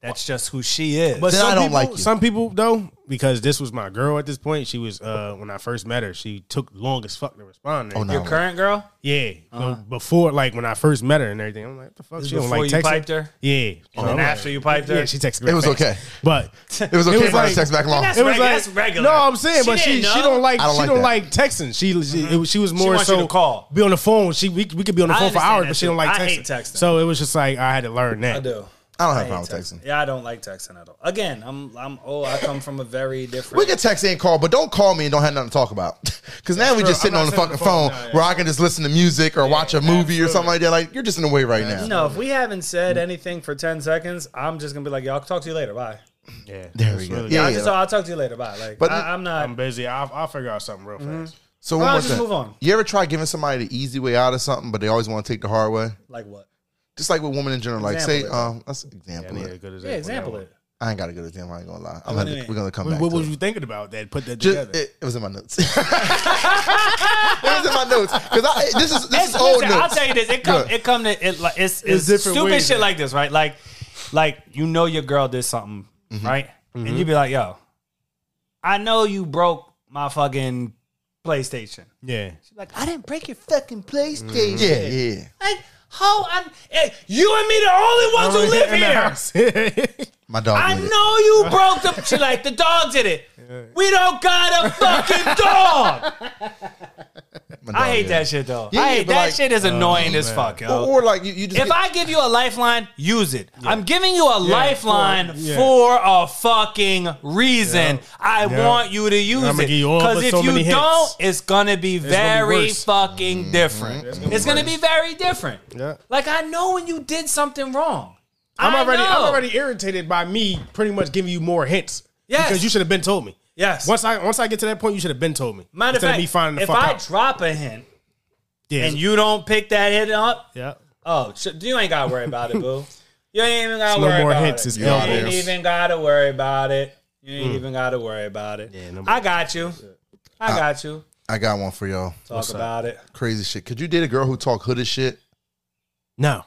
C: That's just who she is.
D: But
B: Then I
D: some
B: don't
D: people,
B: like you.
D: Some people though, because this was my girl at this point. She was uh when I first met her. She took long as fuck to respond.
B: Oh, no.
C: your current girl.
D: Yeah. So Before like when I first met her and everything, I'm like, what the fuck? She don't
C: Uh-huh. before
D: like
C: you
D: texting.
C: piped her?
D: Oh, Yeah.
C: And then after you piped her?
D: yeah, she texted.
B: It was
D: back.
B: okay.
D: but
B: It was okay. It was
D: like-
B: text back long.
C: That's
D: It was
C: Reg-
D: like
C: that's regular.
D: No, I'm saying,
C: She
D: but she
C: didn't know. Mm-hmm.
D: she don't like
B: I don't
D: she
B: like
D: don't
B: that.
D: like texting. She she, it, she was more
C: wants you
D: so
C: to call.
D: be on the phone. She we, we could be on the
C: I
D: phone for
C: understand
D: hours,
C: that
D: but she
C: too.
D: don't like
C: I
D: texting.
C: hate texting.
D: So it was just like I had to learn that.
C: I do.
B: I don't have a
C: hate
B: problem with texting.
C: Yeah, I don't like texting at all. Again, I'm I'm oh I come from a very different.
B: We can text and call, but don't call me and don't have nothing to talk about. Because now we just
D: true.
B: sitting
D: I'm
B: on the
D: not
B: fucking
D: sitting
B: phone
D: on the phone. No, yeah.
B: where I can just listen to music or watch a movie or something like that. Like you're just in the way right now.
C: no, if we haven't said
D: Mm.
C: anything for ten seconds, I'm just gonna be like, "Y'all I'll talk to you later. Bye."
D: Yeah,
B: There
D: It's
B: we go.
D: really-
B: Yeah,
C: I
B: yeah.
C: just "Oh, I'll talk to you later. Bye. Like,
B: But-
C: I, I'm not.
D: I'm busy. I'll, I'll figure out something real
C: Mm-hmm.
D: fast.
B: so one
C: I'll
B: more
C: just
B: thing.
C: move on.
B: You ever try giving somebody the easy way out of something, but they always want to take the hard way?
C: like what?
B: Just like with women in general. Like say,
C: Example
B: um, that's an example.
D: I
B: of
D: need a
B: it.
D: good example.
C: Yeah, example it.
B: I ain't got a good example. I ain't gonna lie. I'm gonna,
C: anyway.
B: we're gonna come
D: What,
B: back.
D: what
B: to
D: was
B: it.
D: you thinking about that? Put that
B: Ju-
D: together.
B: it, it was in my notes. it was in my notes because I this is this is
C: It's-
B: old
C: listen, I'll
B: notes.
C: tell you this. It come.
B: Yeah.
C: It come to it. Like, it's it's,
D: different
C: stupid
D: ways,
C: shit
D: yeah.
C: like this, right? Like, like you know your girl did something
B: Mm-hmm.
E: right? And you'd be like, yo, I know you broke my fucking PlayStation.
D: Yeah.
E: She's like, I didn't break your fucking PlayStation.
B: Yeah, yeah.
E: Like, how I'm eh, you and me the only ones who live here.
B: My dog.
E: I
B: did it.
E: know you broke the she like the dog did it. We don't got a fucking dog.
B: My dog
E: I hate
B: did it.
E: that shit though.
B: Yeah,
E: I hate
B: but
E: that
B: like- oh,
E: shit is annoying as fuck, yo.
B: Or, or like you, you just
E: If
B: get-
E: I give you a lifeline, use it. I'm giving you a lifeline for,
D: yeah.
E: a fucking reason. I
D: Yeah.
E: want you to use
D: I'ma
E: it.
D: give you all
E: Because
D: but
E: if
D: so
E: you
D: many hits.
E: don't, it's gonna be
D: gonna be
E: very
D: worse. Mm-hmm.
E: fucking different. It's, gonna, be very different.
D: Yeah.
E: Like I know when you did something wrong.
D: I'm already
E: know.
D: I'm already irritated by me pretty much giving you more hints.
E: Yes.
D: Because you should have been told me.
E: Yes.
D: Once I once I get to that point, you should have been told me.
E: Matter of
D: Instead
E: fact,
D: me finding the
E: if
D: fuck
E: I
D: out.
E: drop a hint
D: yeah.
E: and you don't pick that hint up,
D: yeah.
E: oh, sh- you ain't gotta worry about it, boo. You ain't even gotta
D: no
E: worry
D: more
E: about
D: hints,
E: it.
D: it's
E: you
D: L
E: ain't
D: bars.
E: even gotta worry about it. You ain't even gotta worry about it.
D: no more
E: I got you. I got you.
B: I got one for y'all.
E: Talk about it.
B: Crazy shit. Could you date a girl who talk hooded shit?
D: No.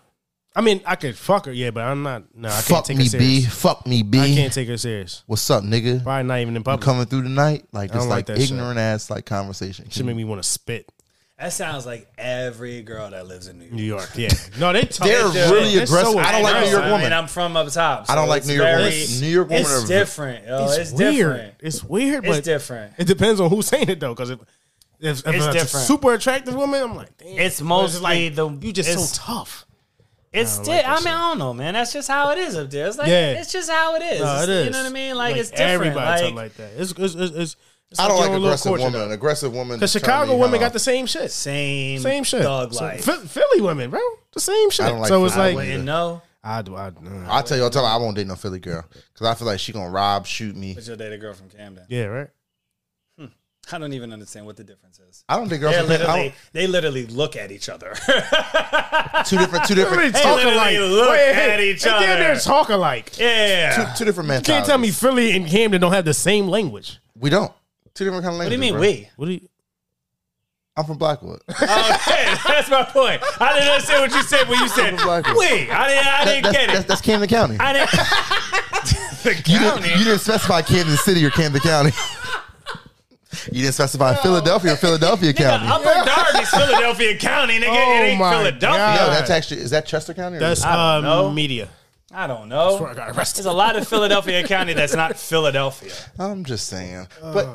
D: I mean, I could fuck her, yeah, but I'm not. No, I can't
B: Fuck
D: take
B: me,
D: her
B: B.
D: serious.
B: Fuck me,
D: I
B: B.
D: can't take her serious.
B: What's up, nigga?
D: Probably not even in public.
B: Coming through tonight, like
D: don't
B: this,
D: like
B: like,
D: that shit.
B: ignorant ass, like conversation.
D: Should make me want to spit.
C: That sounds like every girl that lives in New York.
D: New York, yeah. No, they talk.
B: They're
D: shit.
B: really
D: It's so
B: aggressive. I don't
D: annoying.
B: like New York
C: I
B: women.
C: mean, I'm from up top.
B: I don't
C: so
B: like
C: it's
B: New York women.
C: very-
B: New York women
C: It's
B: are-
C: different. Yo,
D: It's,
C: it's,
D: weird.
C: different.
D: It's weird, but
C: It's different.
D: It depends on who's saying it though, because if, if, if it's, a
E: different.
D: super attractive woman, I'm like, damn.
E: It's
D: But just
E: mostly the-
D: you just
E: it's-
D: so tough.
E: It's di- I mean, I don't know, man. That's just how it is up there. It's like
D: Yeah.
E: it's just how it is.
D: No,
E: It's-
D: it is.
E: You know what I mean? Like, it's different.
D: everybody talk
E: like,
D: like that. It's it's it's. it's, it's
B: I don't
D: your
B: like
D: own little
B: aggressive
D: culture,
B: woman.
D: though.
B: Chicago women.
D: The Chicago women got the same shit.
C: Same,
D: Same shit.
C: Thug
D: So,
C: life.
D: Ph- Philly women, bro. The same shit.
B: I don't like
D: so it's
B: Philly
D: like,
B: women.
C: Wouldn't know.
D: I do. I, uh,
B: I tell you, I tell you, I won't date no Philly girl because I feel like she gonna rob, shoot me.
C: But you'll date a girl from Camden.
D: yeah, right.
C: I don't even understand what the difference is.
B: I don't think girls.
C: They
B: From, I
C: literally,
B: don't,
C: they literally look at each other.
B: two different, two different,
D: They
B: two,
D: talk alike.
C: literally look at each
D: they damn near
C: other.
D: talk alike.
C: yeah.
B: two different men.
D: Can't tell me Philly and Camden don't have the same language.
B: we don't. Two different kind of languages.
C: What do you mean
B: bro.
C: we?
D: What do you?
B: I'm from Blackwood.
C: Okay, that's my point. I didn't understand what you said when you said
B: Black girl.
C: we. I didn't. I
B: That-
C: didn't
B: that's,
C: get
B: that's,
C: it.
B: that's Camden County.
C: I didn't.
B: You didn't, you didn't specify Camden City or Camden County. you didn't specify Philadelphia or Philadelphia County.
C: Upper Darby's Philadelphia County, nigga.
D: Oh
C: it ain't
D: my
C: Philadelphia.
D: God.
B: no, that's actually is that Chester County? Or
D: That's
C: I don't know.
D: um, media.
C: I don't know.
D: I got arrested.
C: There's a lot of Philadelphia County that's not Philadelphia.
B: I'm just saying.
D: Oh.
B: But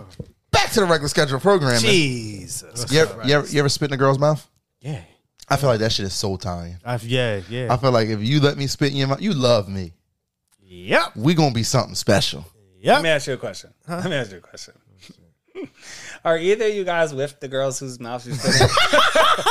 B: back to the regular schedule programming.
C: Jesus.
B: You ever, you, ever, you ever spit in a girl's mouth?
D: Yeah.
B: I feel like that shit is soul tying.
D: I've, yeah, yeah.
B: I feel like if you let me spit in your mouth, you love me.
D: yep.
B: We gonna be something special.
C: Let me ask you a question. Let me ask you a question. Are either of you guys with the girls whose mouths you spit in?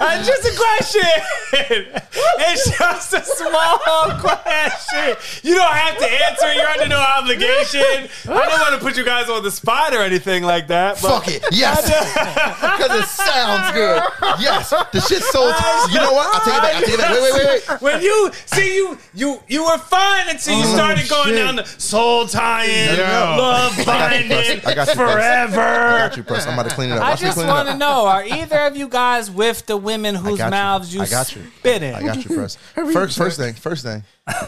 C: It's just a question. It's just a small question. You don't have to answer. You're under no obligation. I don't want to put you guys on the spot or anything like that. But
B: Fuck it, yes, because it sounds good. Yes, the shit soul. tying. You know what? I'll take it back. I'll take it back. Wait, wait, wait, wait.
C: when you see you you you were fine until you
B: Oh,
C: started going
B: shit.
C: down the soul tying,
B: no, no.
C: love binding
B: I got you, Prince.
C: forever.
B: Got you, press. I'm about to clean it up.
E: I
B: Watch me
E: just
B: clean it up.
E: want to know: Are either of you guys with the women whose
B: got you.
E: mouths you,
B: I got you.
E: spit in?
B: I got you, Press. First, first thing, first thing.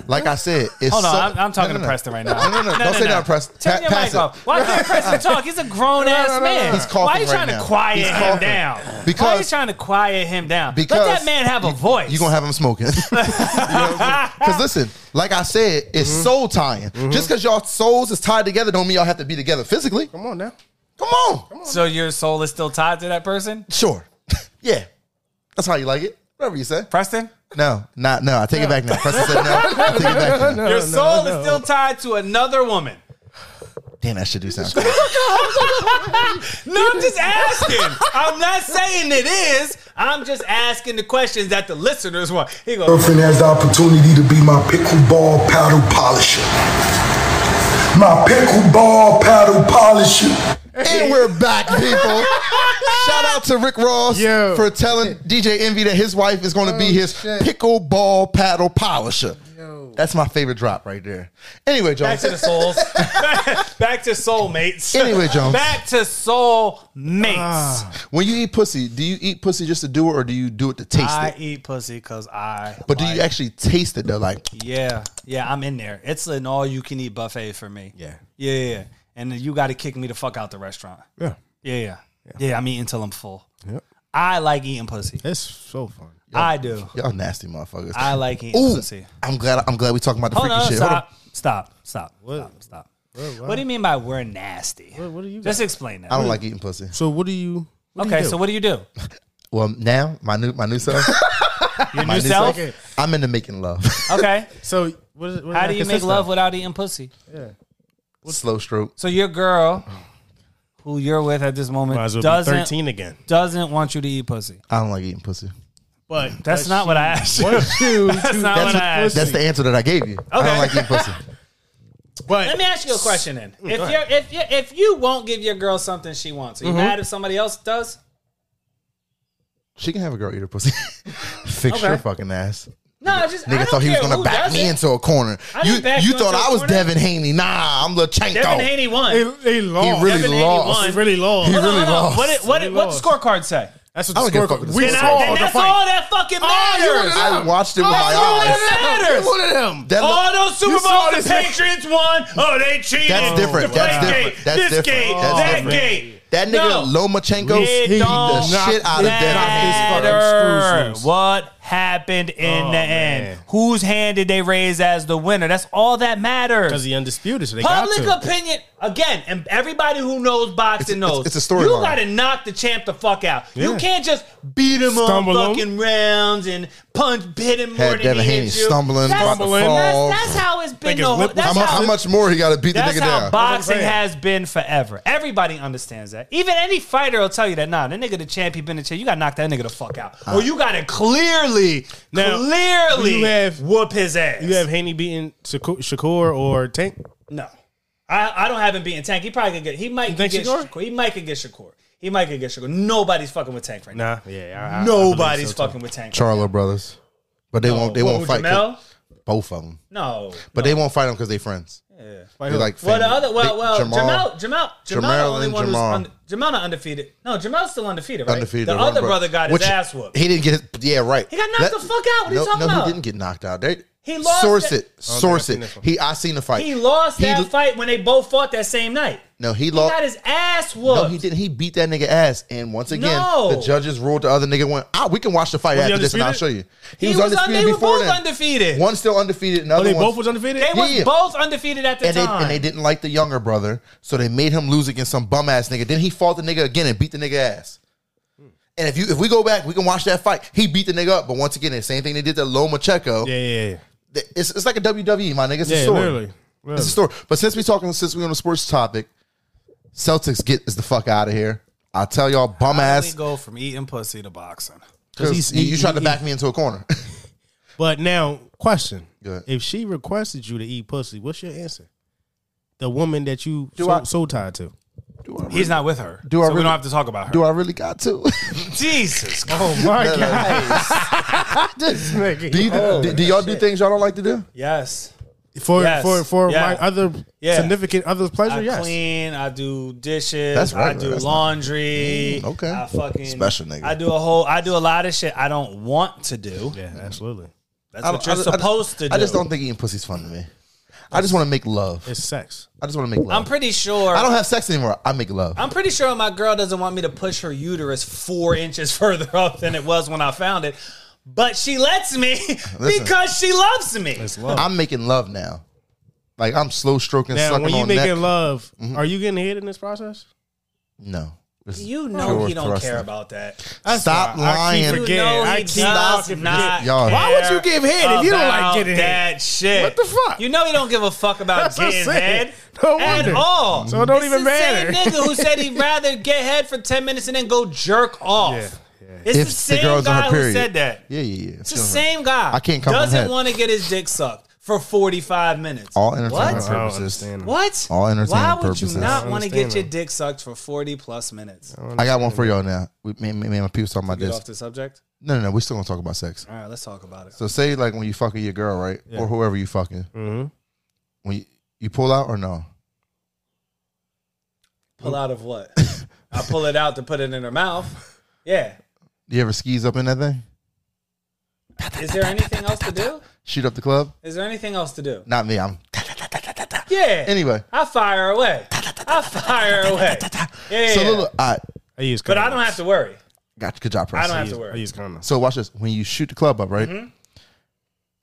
B: Like I said, it's
E: Hold on,
B: so-
E: I'm, I'm talking
B: no, no,
E: to
B: no.
E: Preston right now.
B: No, no, no, don't say that, Preston.
E: Turn
B: Pa-
E: your
B: pass
E: mic
B: it.
E: off. Why can't Preston talk? He's a grown ass
B: no, no,
E: man.
B: no. He's coughing
E: Why are you
B: right
E: trying
B: now.
E: to quiet
B: He's
E: him
B: coughing.
E: down? Why are you
B: Because-
E: trying to quiet him down? Let
B: Because
E: that man have a voice.
B: You gonna have them smoking? Because listen, like I said, it's soul tying. Just because y'all souls is tied together, don't mean y'all have to be together physically. Come
D: Come on now.
B: on,
E: so your soul is still tied to that person,
B: sure, yeah, that's how you like it. Whatever you say.
E: Preston?
B: No, not no. I take it back now. Preston said no. I take it back now.
E: Your soul is still tied to another woman.
B: Damn, that should do sound.
E: No, I'm just asking. I'm not saying it is. I'm just asking the questions that the listeners want. He goes,
G: girlfriend has the opportunity to be my pickleball paddle polisher. My pickleball paddle polisher.
B: And we're back, people. Shout out to Rick Ross
D: Yo.
B: for telling DJ Envy that his wife is going to be his pickleball paddle polisher. That's my favorite drop right there. Anyway,
E: Back
B: Jones.
E: to the souls. Back to soulmates.
B: Anyway, Jones. Ah,
E: Back to soulmates.
B: When you eat pussy, do you eat pussy just to do it, or do you do it to taste
E: I
B: it?
E: eat pussy because I.
B: But do
E: like-
B: you actually taste it though? Like,
E: Yeah, yeah, I'm in there. It's an all-you-can-eat buffet for me.
D: Yeah.
E: yeah, yeah. yeah. And you got to kick me the fuck out the restaurant.
D: Yeah.
E: Yeah, yeah, yeah. I'm eating till I'm full.
D: Yep.
E: I like eating pussy.
D: That's so fun.
E: I do.
B: y'all nasty motherfuckers.
E: I like eating
B: Ooh,
E: pussy.
B: I'm glad. I'm glad we talking about the
E: Hold
B: freaky
E: on,
B: shit. Hold on.
E: stop, stop, stop, stop, stop.
D: What,
E: What do you mean by we're nasty?
D: what do you
E: Just explain that.
B: I don't like eating pussy.
D: So what do you? What do you
E: okay,
D: do?
E: so what do you do?
B: Well, now my new my new self.
E: Your
B: my
E: new self.
D: Okay.
B: I'm into making love.
E: Okay.
D: So what is, what
E: How
D: does
E: do
D: that
E: you make
D: consist
E: love
D: of?
E: without eating pussy?
B: Slow stroke.
E: So your girl, who you're with at this moment,
D: Might as well be
E: doesn't
D: thirteen again.
E: doesn't want you to eat pussy.
B: I don't like eating pussy.
D: But
E: That's not what I asked you. That's not
B: That's,
E: what I
B: what,
E: asked.
B: that's the answer that I gave you. I don't
E: Okay.
B: like eating pussy.
D: But
C: Let me ask you a question then.
B: Mm,
C: If you're if you if you won't give your girl something she wants, are
B: Mm-hmm.
C: you mad if somebody else does?
B: She can have a girl eat her pussy. Fix your fucking ass.
C: No, I just I
B: Nigga
C: don't
B: thought he was
C: care
B: gonna
C: who
B: back
C: does
B: me
C: it.
B: into a corner.
C: I
B: You
C: didn't back
B: you
C: you
B: thought
C: into a
B: I was
C: corner.
B: Devin Haney. Nah, I'm Lachenko.
C: Devin Haney won.
D: they, they lost.
B: He really
C: Devin Haney
B: lost.
D: They really lost.
B: He really
C: Hold on, hold on.
B: lost.
C: What did, what did, what the
D: lost.
C: scorecard say?
D: That's
B: I don't
D: what the
B: give a fuck
D: scorecard.
B: what the Oh,
D: We
B: score
D: saw
B: was.
C: And
D: the
C: that's
D: fight.
C: all that fucking matters.
B: I watched it with my eyes.
C: matters.
D: Look at him.
B: That look-
C: All those Super
B: You saw
C: Bowls the
B: this-
C: Patriots won. Oh, they cheated.
B: That's different.
C: The play
B: That's different.
C: gate,
B: That's
C: this
B: different.
C: Gate,
B: That's
C: that
B: different.
C: gate.
B: That nigga
C: No.
B: Lomachenko
C: It
B: beat the
C: don't
B: shit out of Devin.
D: fucking
C: matter
D: screws loose.
C: what happened in
D: Oh,
C: the
D: man.
C: end. Whose hand did they raise as the winner? That's all that
D: Because
C: matters.
D: he undisputed, so they
C: Public
D: got to.
C: opinion again, and everybody who knows boxing
B: It's- it's-
C: knows
B: it's a story
C: You
B: line.
C: gotta knock the champ the fuck out. You
D: Yeah.
C: can't just beat him
D: Stumble him.
C: on fucking rounds and punch, hit him more
B: Had
C: than
B: Devin
C: he
B: Haney
C: hit you.
B: stumbling,
C: That's,
B: about to fall.
C: that's, that's how it's been.
D: his
C: The whole,
D: lip was-
C: that's
B: How, mu- how much more he got to beat the
C: that's
B: nigga
C: how
B: down?
C: boxing
D: saying.
C: has been forever. Everybody understands that. Even any fighter will tell you that. Nah, that nigga the champ, he been the champ. You gotta knock that nigga the fuck out, or you gotta clearly,
D: Now,
C: clearly
D: you have-
C: whoop his ass.
D: You have Haney beating Shakur, Shakur or Tank.
C: no, I, I don't have him beating Tank. He probably could get. He might
D: think
C: get Shakur?
D: Shakur?
C: He might could get Shakur. He might could get Shakur. Nobody's fucking with Tank right now.
D: Nah, yeah, I- I, I believe
C: Nobody's
D: so, too.
C: fucking with Tank.
B: Charlo brothers, but they won't. They
C: What,
B: won't
C: with
B: fight 'cause-
C: Jamel?
B: both of them.
C: No,
B: But they won't fight them because they friends. They like
C: Well, the
B: family.
C: other well,
B: They-
C: well, Jamal, Jamal, Jamal,
B: Jamal
C: the only
B: and
C: one who's
B: Jamal.
C: un, Jamal not undefeated. No, Jamal's still undefeated. Right?
B: undefeated.
C: The
B: one
C: other brother got his
B: Which-
C: ass whooped.
B: He didn't get. His, yeah, right.
C: He got knocked the fuck out. What are you
B: no,
C: talking
B: no,
C: about?
B: he didn't get knocked out. They,
C: He lost
B: Source
C: that- Oh,
B: it. Source
D: I
B: it.
D: seen this one.
B: He. I seen the fight.
C: He lost
B: He
C: that
B: l-
C: fight when they both fought that same night.
B: No, he
C: He
B: lost.
C: got his ass
B: No,
C: whooped.
B: he didn't. He beat that nigga ass. And once again,
C: No.
B: the judges ruled the other nigga went, ah, we can watch the fight
D: he
B: after this and I'll show
D: undefeated?
B: you.
C: He was un- they were both undefeated.
B: One still undefeated, and the
D: Oh,
B: other
D: they
B: one.
D: both was undefeated.
C: they was
B: yeah.
C: both undefeated at the
B: and they,
C: time.
B: and they didn't like the younger brother, so they made him lose against some bum ass nigga. Then he fought the nigga again and beat the nigga ass. And if you if we go back, we can watch that fight. He beat the nigga up, but once again, the same thing they did to Lomachenko.
D: yeah, yeah, yeah.
B: Th- It's, it's like a WWE, my nigga. It's a
D: yeah
B: story.
D: literally.
B: It's a story. But since we talking, since we on the sports topic, Celtics get is the fuck out of here. I'll tell y'all, bum
E: We
B: ass.
E: go from eating pussy to boxing.
D: Because
B: Because you, you tried to back me into a corner.
D: But now, question:
B: Go ahead.
D: If she requested you to eat pussy, what's your answer? The woman that you
B: Do
D: so,
B: I-
D: so tied to.
E: He's not with her,
B: Do
E: do
B: I
E: so
B: really-
E: we don't have to talk about her.
B: Do I really got to?
E: Jesus,
D: Oh my Oh,
B: do,
D: nigga.
B: you, do, do y'all do things y'all don't like to do?
C: yes,
D: for
C: Yes.
D: for for
C: Yeah.
D: my other
C: Yeah.
D: significant other's pleasure.
C: I
D: yes.
C: clean. I do dishes.
B: That's
C: I
B: regular.
C: do
B: That's not-
C: laundry.
B: Mm, okay.
C: I fucking
B: Special nigga.
C: I do a whole. I do a lot of shit I don't want to do.
D: Yeah, absolutely.
C: That's what you're supposed to do.
B: I just don't think eating pussy's fun to me. I just want to make love.
D: It's sex.
B: I just want to make love.
C: I'm pretty sure.
B: I don't have sex anymore. I make love.
C: I'm pretty sure my girl doesn't want me to push her uterus four inches further up than it was when I found it, but she lets me because she loves me.
D: Love.
B: I'm making love now. Like I'm slow stroking,
D: now,
B: sucking
D: when you
B: on
D: making
B: neck. Mm-hmm.
D: love, are you getting hit in this process?
B: no. This is
C: You know
B: pure
C: he don't
B: thrusting.
C: care about that.
B: Stop
D: why I keep
B: lying.
C: You
D: forgetting. Again,
C: know
D: I
C: he
D: keep
C: does
D: fucking
C: not.
B: Y'all-
C: care
D: Why would you give head if you don't like
C: about
D: getting head?
C: that shit?
D: What the fuck?
C: You know he don't give a fuck about
D: That's what I'm
C: getting
D: saying.
C: head
D: No
C: at
D: wonder.
C: all.
D: So it don't
C: It's
D: even
C: the same
D: matter.
C: nigga who said he'd rather get head for ten minutes and then go jerk off.
D: Yeah,
B: If
C: It's the
B: the
C: same
B: girl's on her
C: guy who
B: period.
C: said that.
B: Yeah, yeah, yeah.
C: It's the same guy.
B: I can't come from
C: Doesn't
B: head.
C: want to get his dick sucked for forty five minutes.
B: All entertainment
C: What?
B: purposes.
C: What?
B: All entertainment
C: Why would
B: purposes.
C: you
B: I
C: not
B: don't
C: want to get
D: understand
C: your dick sucked for forty plus minutes?
B: I got one for y'all now. We, me, me, me and my people talking about
C: Get
B: this.
C: off the subject.
B: No, no, no. We're still gonna talk about sex.
C: All right, let's talk about it.
B: So say like when you fucking your girl, right, or whoever you fucking,
C: Mm-hmm.
B: when you, you pull out or no?
C: Pull out of what? I pull it out to put it in her mouth. Yeah.
B: You ever skis up in that thing?
C: Is there anything else to do?
B: Shoot up the club?
C: Is there anything else to do?
B: Not me. I'm.
C: Yeah.
B: Anyway,
C: I fire away. I fire away. Yeah.
B: so look, I
D: I use
C: but I don't have to worry.
B: got you. Good job,
C: I
B: person.
C: don't have to
D: I
C: worry. Mm-hmm.
D: use condoms.
B: So watch this. When you shoot the club up, right?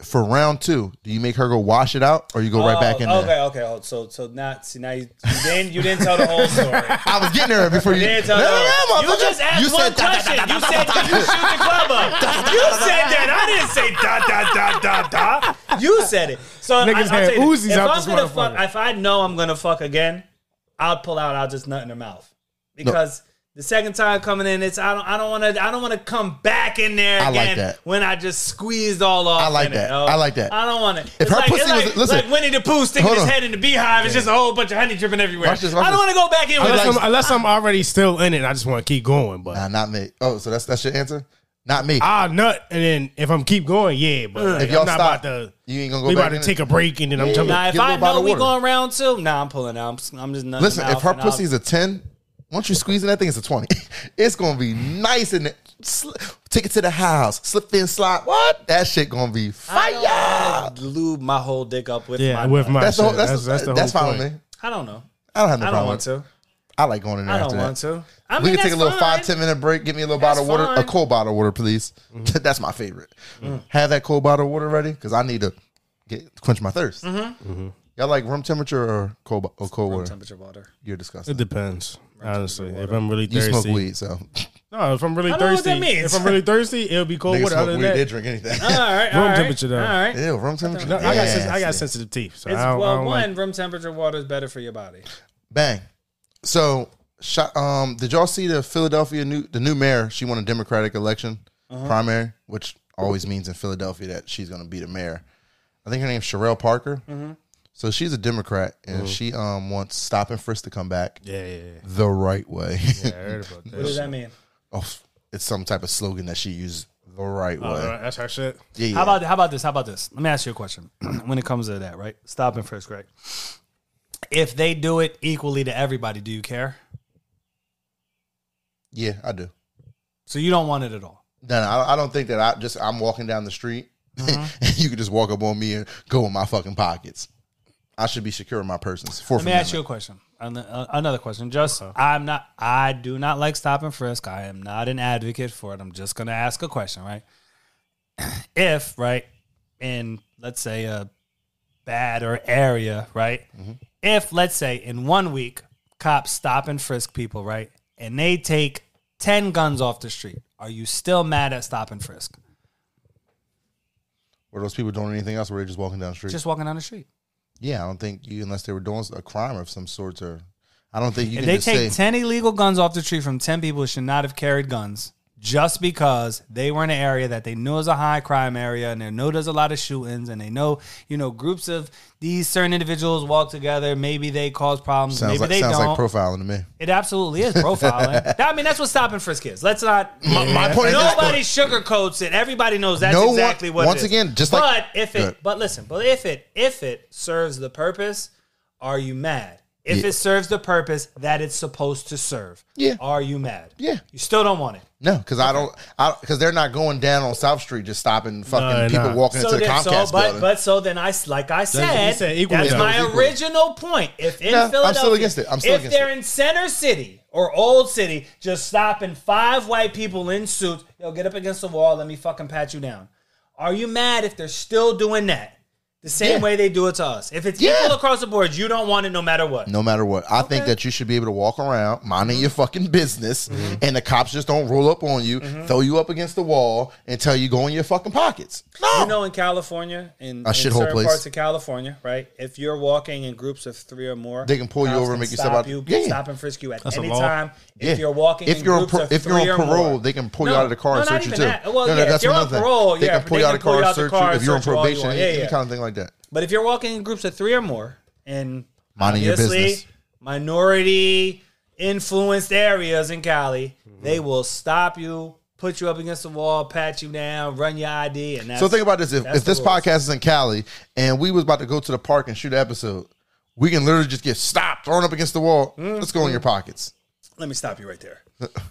B: For round two, do you make her go wash it out, or you go right back in
C: Oh, okay,
B: there?
C: okay. Hold. So, so now, see, now you, you didn't, you didn't tell the whole story.
B: I was getting there before you.
C: You didn't tell
B: No,
C: the
B: no, no,
C: whole. You
B: motherfucker.
C: just asked
B: You
C: one
B: said da, da,
C: question. You said did you shoot the club up? You said that. I didn't say da da da da da. You said it. So I,
D: Niggas
C: I'll tell
D: had
C: you this.
D: Uzis
C: if
D: out
C: I'm
D: this
C: gonna fuck,
D: motherfucker.
C: if I know I'm gonna fuck again, I'll pull out. I'll just nut in her mouth because. The second time coming in, it's I don't I don't want to I don't want to come back in there
B: I
C: again
B: like that.
C: when I just squeezed all off.
B: I like
C: in
B: that.
C: It, yo.
B: I like that.
C: I don't want it.
B: If
C: it's
B: her
C: like,
B: pussy
C: it's
B: was-
C: like,
B: listen.
C: like Winnie the Pooh sticking
B: Hold
C: his
B: on.
C: head in the beehive. It's just a whole bunch of honey dripping everywhere.
B: Watch this, watch
C: I don't
B: this.
C: want to go back in. with
D: Unless
C: that.
D: I'm, unless I'm already still in it, I just want to keep going. But
B: Nah, not me. Oh, so that's that's your answer? Not me.
D: I'll nut, and then if I'm keep going, yeah. But like,
B: if y'all
D: I'm not
B: stop,
D: about to.
B: you ain't gonna go
D: We
B: back
D: about to
B: in
D: take a break, and then I'm jumping.
C: Nah, if
B: Get a
C: I
B: little bottle
C: know
B: of
C: we
B: water.
C: going round two, nah, I'm pulling out. I'm, just- I'm just not.
B: Listen, if her pussy's a 10, once you squeeze in that thing, it's a 20. it's going to be nice and sli- take it to the house. Slip in, slide. What? That shit going to be fire.
C: lube my whole dick up with
D: Yeah,
C: my.
D: with my
B: That's the
D: shit.
B: whole, that's,
D: that's, that's the
B: that's
D: whole
B: fine
D: point.
B: with me.
C: I don't know.
B: I don't have no
C: I don't
B: problem.
C: want to.
B: I like going in there
C: I
B: after
C: don't
B: that.
C: want to. I
B: we
C: mean,
B: can take a
C: that's
B: little five,
C: fine.
B: ten minute break. Give me a little bottle of
C: That's
B: water, a
C: fine.
B: cold bottle of water, please. That's my favorite. Have that cold bottle of water ready because I need to get quench my thirst. Mm-hmm. Y'all like room temperature or cold bo- or cold water?
C: Temperature water.
B: You're disgusting.
D: It depends, honestly. If I'm really
B: You
D: thirsty,
B: smoke weed, so
D: no. If I'm really
C: I don't know what
D: thirsty,
C: that means.
D: if I'm really thirsty, it'll be cold
B: niggas
D: water. Other
B: smoke
D: than
B: weed. They
D: that,
B: drink anything.
C: All right,
D: Room
C: all right,
D: temperature, though.
C: All right.
B: Ew, room temperature.
D: No, I got sen- I
B: Nasty.
D: got sensitive teeth, so
C: It's,
D: I don't, I
C: well,
D: don't
C: one
D: like.
C: room temperature water is better for your body.
B: Bang. So, shot, um, did y'all see the Philadelphia new the new mayor? She won a Democratic election
D: Uh-huh.
B: primary, which always means in Philadelphia that she's going to be the mayor. I think her name's Sherelle Parker.
D: Mm-hmm.
B: So she's a Democrat, and she um wants Stop and Frisk to come back
D: Yeah, yeah, yeah.
B: the right way.
D: I heard about that.
C: What does that mean?
B: oh, it's some type of slogan that she used the right way.
D: All right, Oh, that's her shit.
B: Yeah, yeah.
E: How about how about this? How about this? Let me ask you a question. when it comes to that, right? Stop and frisk, right? If they do it equally to everybody, do you care?
B: yeah, I do.
E: So you don't want it at all.
B: No, no, I, I don't think that I just I'm walking down the street
E: Uh-huh.
B: and you can just walk up on me and go in my fucking pockets. I should be secure in my persons. Fourth
E: Let me ask you a question. An- uh, Another question. Just I'm not. I do not like stop and frisk. I am not an advocate for it. I'm just going to ask a question, right? If right in let's say a bad or area, right? If let's say in one week cops stop and frisk people, right, and they take ten guns off the street, are you still mad at stop and frisk?
B: Were those people doing anything else? Were they just walking down the street?
E: Just walking down the street.
B: yeah, I don't think you unless they were doing a crime of some sort or I don't think you
E: If
B: can
E: they
B: just
E: take
B: say
E: 10 illegal guns off the tree from 10 people who should not have carried guns just because they were in an area that they know is a high crime area and they know there's a lot of shootings and they know, you know, groups of these certain individuals walk together. Maybe they cause problems.
B: sounds
E: maybe
B: like
E: they
B: sounds
E: don't.
B: like profiling to me.
E: it absolutely is profiling. That- I mean, that's what stop and frisk is. Let's not.
B: My- my point is this,
E: Nobody sugarcoats it. Everybody knows that's
B: No one-
E: exactly what
B: once
E: it is.
B: again, just
E: but
B: like-
E: if
B: Good.
E: it, but listen, but if it, if it serves the purpose, are you mad? If
B: Yeah.
E: it serves the purpose that it's supposed to serve,
B: Yeah.
E: are you mad?
B: Yeah.
E: you still don't want it.
B: No, because I don't, I because they're not going down on South Street just stopping fucking
D: they're
B: people
D: not.
B: walking into the
E: then-
B: Comcast
E: so, but
B: building.
E: but so then I s- like I said,
D: said equally
E: that's
D: though.
E: my
B: Equally.
E: original point. If in
B: No, I'm still
E: Philadelphia,
B: against it. I'm still
E: if
B: against
E: they're
B: it.
E: in Center City or Old City, just stopping five white people in suits, yo, get up against the wall, let me fucking pat you down. Are you mad if they're still doing that the same
B: Yeah.
E: way they do it to us? If it's
B: Yeah.
E: equal across the board, you don't want it no matter what.
B: no matter what, I think that you should be able to walk around
C: Mm-hmm.
B: minding your fucking business, and the cops just don't roll up on you,
C: Mm-hmm.
B: throw you up against the wall, and tell you go in your fucking pockets. No,
C: You know, in California, in,
B: A
C: in
B: shithole
C: certain
B: place.
C: parts of California, right? If you're walking in groups of three or more,
B: They can pull you
C: cops
B: over and
C: can
B: make you
C: stop
B: step out-
C: You,
B: Yeah.
C: Stop and frisk you at any
D: law.
C: time.
B: Yeah.
C: If you're walking,
B: If
C: in
B: you're on
C: groups
B: par-
C: of
B: if you're on
C: three or
B: parole,
C: more.
B: they can pull you out of the car and
C: no,
B: search
C: not
B: you
C: even
B: too.
C: that. Well,
B: No, no,
C: yeah,
B: that's
C: if you're
B: another
C: on
B: thing.
C: parole,
B: They
C: yeah,
B: can
C: but
B: pull
C: they
B: you out
C: can
B: of the car
C: pull you
B: and
C: out the
B: search
C: car
B: you
C: and
B: if you're on
C: search you all you
B: probation,
C: want.
B: any
C: Yeah, yeah.
B: kind of thing like that.
C: But if you're walking in groups of three or more, and
B: Minding your
C: obviously
B: business. Mhm.
C: minority influenced areas in Cali, they will stop you put you up against the wall, pat you down, run your ID, and that's
B: So think about this: if,
C: that's
B: if this
C: the rules.
B: podcast is in Cali and we was about to go to the park and shoot an episode, we can literally just get stopped, thrown up against the wall.
C: Mm-hmm.
B: Let's go in your pockets.
C: Let me stop you right there.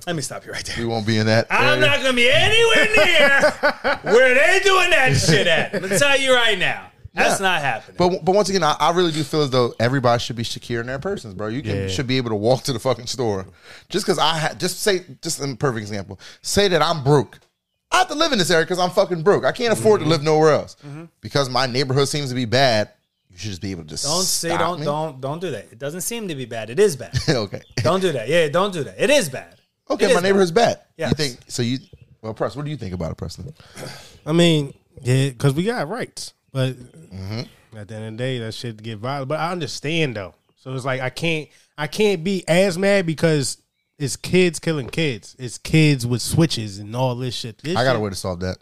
C: Let me stop you right there.
B: We won't be in that. area.
C: I'm not gonna be anywhere near where they doing that shit at. I'm gonna tell you right now, that's
B: Yeah.
C: not happening.
B: But but once again, I, I really do feel as though everybody should be secure in their persons, bro. You can, should be able to walk to the fucking store just because I ha- just say just a perfect example. Say that I'm broke. I have to live in this area because I'm fucking broke. I can't afford
C: Mm-hmm.
B: to live nowhere else because my neighborhood seems to be bad. You should just be able to just
C: don't say don't
B: me.
C: don't don't do that. It doesn't seem to be bad. It is bad.
B: okay
C: don't do that. Yeah, don't do that. It is bad. It
B: okay.
C: is
B: My
C: bad.
B: neighborhood's bad. Yeah.
C: Yes.
B: You think so? You well, Preston. What do you think about it, Preston?
D: I mean, yeah, because we got rights, but
B: Mm-hmm.
D: at the end of the day, that shit get violent. But I understand though, so it's like I can't, I can't be as mad because it's kids killing kids. It's kids with switches and all this shit. This
B: I got a
D: shit-
B: way to solve that.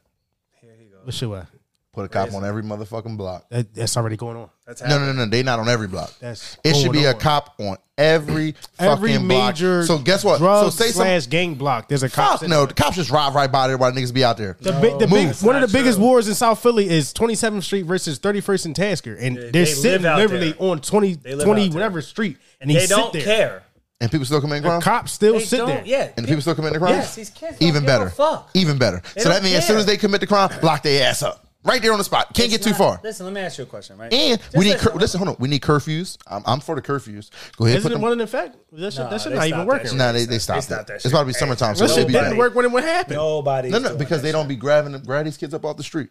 D: What should I?
B: Put a cop on every motherfucking block.
D: That, that's already going on.
C: That's
B: No,
C: happening.
B: no, no, no. They not on every block.
D: That's
B: it should
D: going
B: be a
D: on.
B: cop on every
D: Every
B: fucking block.
D: major
B: So guess what?
D: Drug
B: So say some
D: slash gang block. There's a cop.
B: cops. No, the cops just ride right by there while niggas be out there.
D: The big, the big,
B: Move.
D: one of the
C: That's not
D: biggest
C: true.
D: wars in South Philly is 27th Street versus 31st and Tasker, and they're
C: they
D: sitting
C: live out
D: literally
C: there.
D: on 20,
C: live
D: 20
C: out there.
D: whatever street, and he
C: They
D: sit
C: don't
D: there.
C: care.
B: And people still commit crime.
D: Cops still
C: They
D: sit
C: don't.
D: there.
C: Yeah,
B: and the people still committing crime.
C: Yes, these kids don't
B: Even
C: give a
B: better.
C: fuck.
B: Even better. so
C: don't
B: that means as soon
C: care.
B: as they commit the crime, lock their ass up right there on the spot. Can't get
C: It's
B: too
C: not-
B: far.
C: Listen, let me ask you a question, right?
B: And
C: Just
B: we need
C: listen,
B: cur- listen. Hold on. We need curfews. I'm, I'm for the curfews. Go ahead.
D: Isn't
B: put
D: it
B: them.
D: one in effect? That shit,
C: Nah,
D: that shit
C: they stopped
D: not even
C: that
D: working.
C: shit.
B: No, they, they
C: They
B: stopped
C: stopped
B: that.
C: that
B: It's
C: shit.
B: about to be
C: Hey,
B: summertime, so
C: Nobody.
D: That
B: they'll
D: shit
B: be
D: didn't
B: back.
D: work when it would happen.
C: Nobody's
B: No, no,
C: doing
B: because
C: that
B: they
C: shit.
B: don't be grabbing them, grabbing these kids up off the street.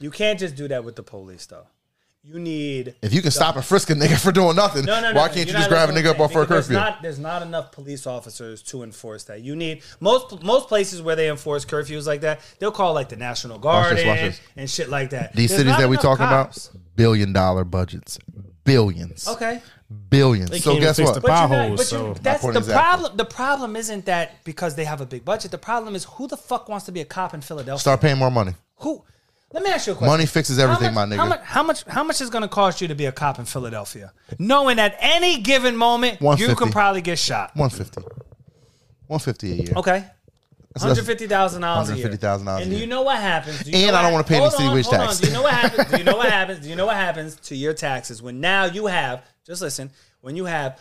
C: You can't just do that with the police, though. You need.
B: If you can stop and frisk a nigga for doing nothing,
C: No, no, no.
B: why
C: no,
B: can't you
C: you're
B: just
C: not
B: grab a nigga
C: listening
B: up off
C: to
B: for a
C: what I'm saying, because
B: curfew?
C: There's not, there's not enough police officers to enforce that. You need most most places where they enforce curfews like that. They'll call like the National Guard
B: this, watch
C: in
B: this.
C: and shit like that.
B: These
C: There's
B: cities
C: not
B: that we
C: enough
B: talking
C: cops.
B: about, billion dollar budgets, billions,
C: Okay,
B: billions. so
D: can't even
B: guess
D: fix
B: what?
D: the
C: but you're not,
D: Potholes,
C: but you,
D: so-
C: that's
B: My
C: the
B: point exactly.
C: problem. The problem isn't that because they have a big budget. The problem is who the fuck wants to be a cop in Philadelphia?
B: Start paying more money.
C: Who? Let me ask you a question.
B: Money fixes everything,
C: how much,
B: my
C: How
B: nigga.
C: much, how much? How much is going to cost you to be a cop in Philadelphia? Knowing at any given moment you
B: 150.
C: can probably get shot.
B: One fifty. One fifty a year.
C: Okay.
B: less-
C: Hundred fifty thousand dollars a year.
B: $150,000 a
C: And do
B: year.
C: you know what happens? Do you
B: And
C: know
B: I don't
C: what-
B: wanna pay any
C: Hold
B: city
C: on,
B: wage
C: hold
B: tax.
C: on. Do you know what happens? Do you know what happens? Do you know what happens to your taxes when now you have? Just listen. When you have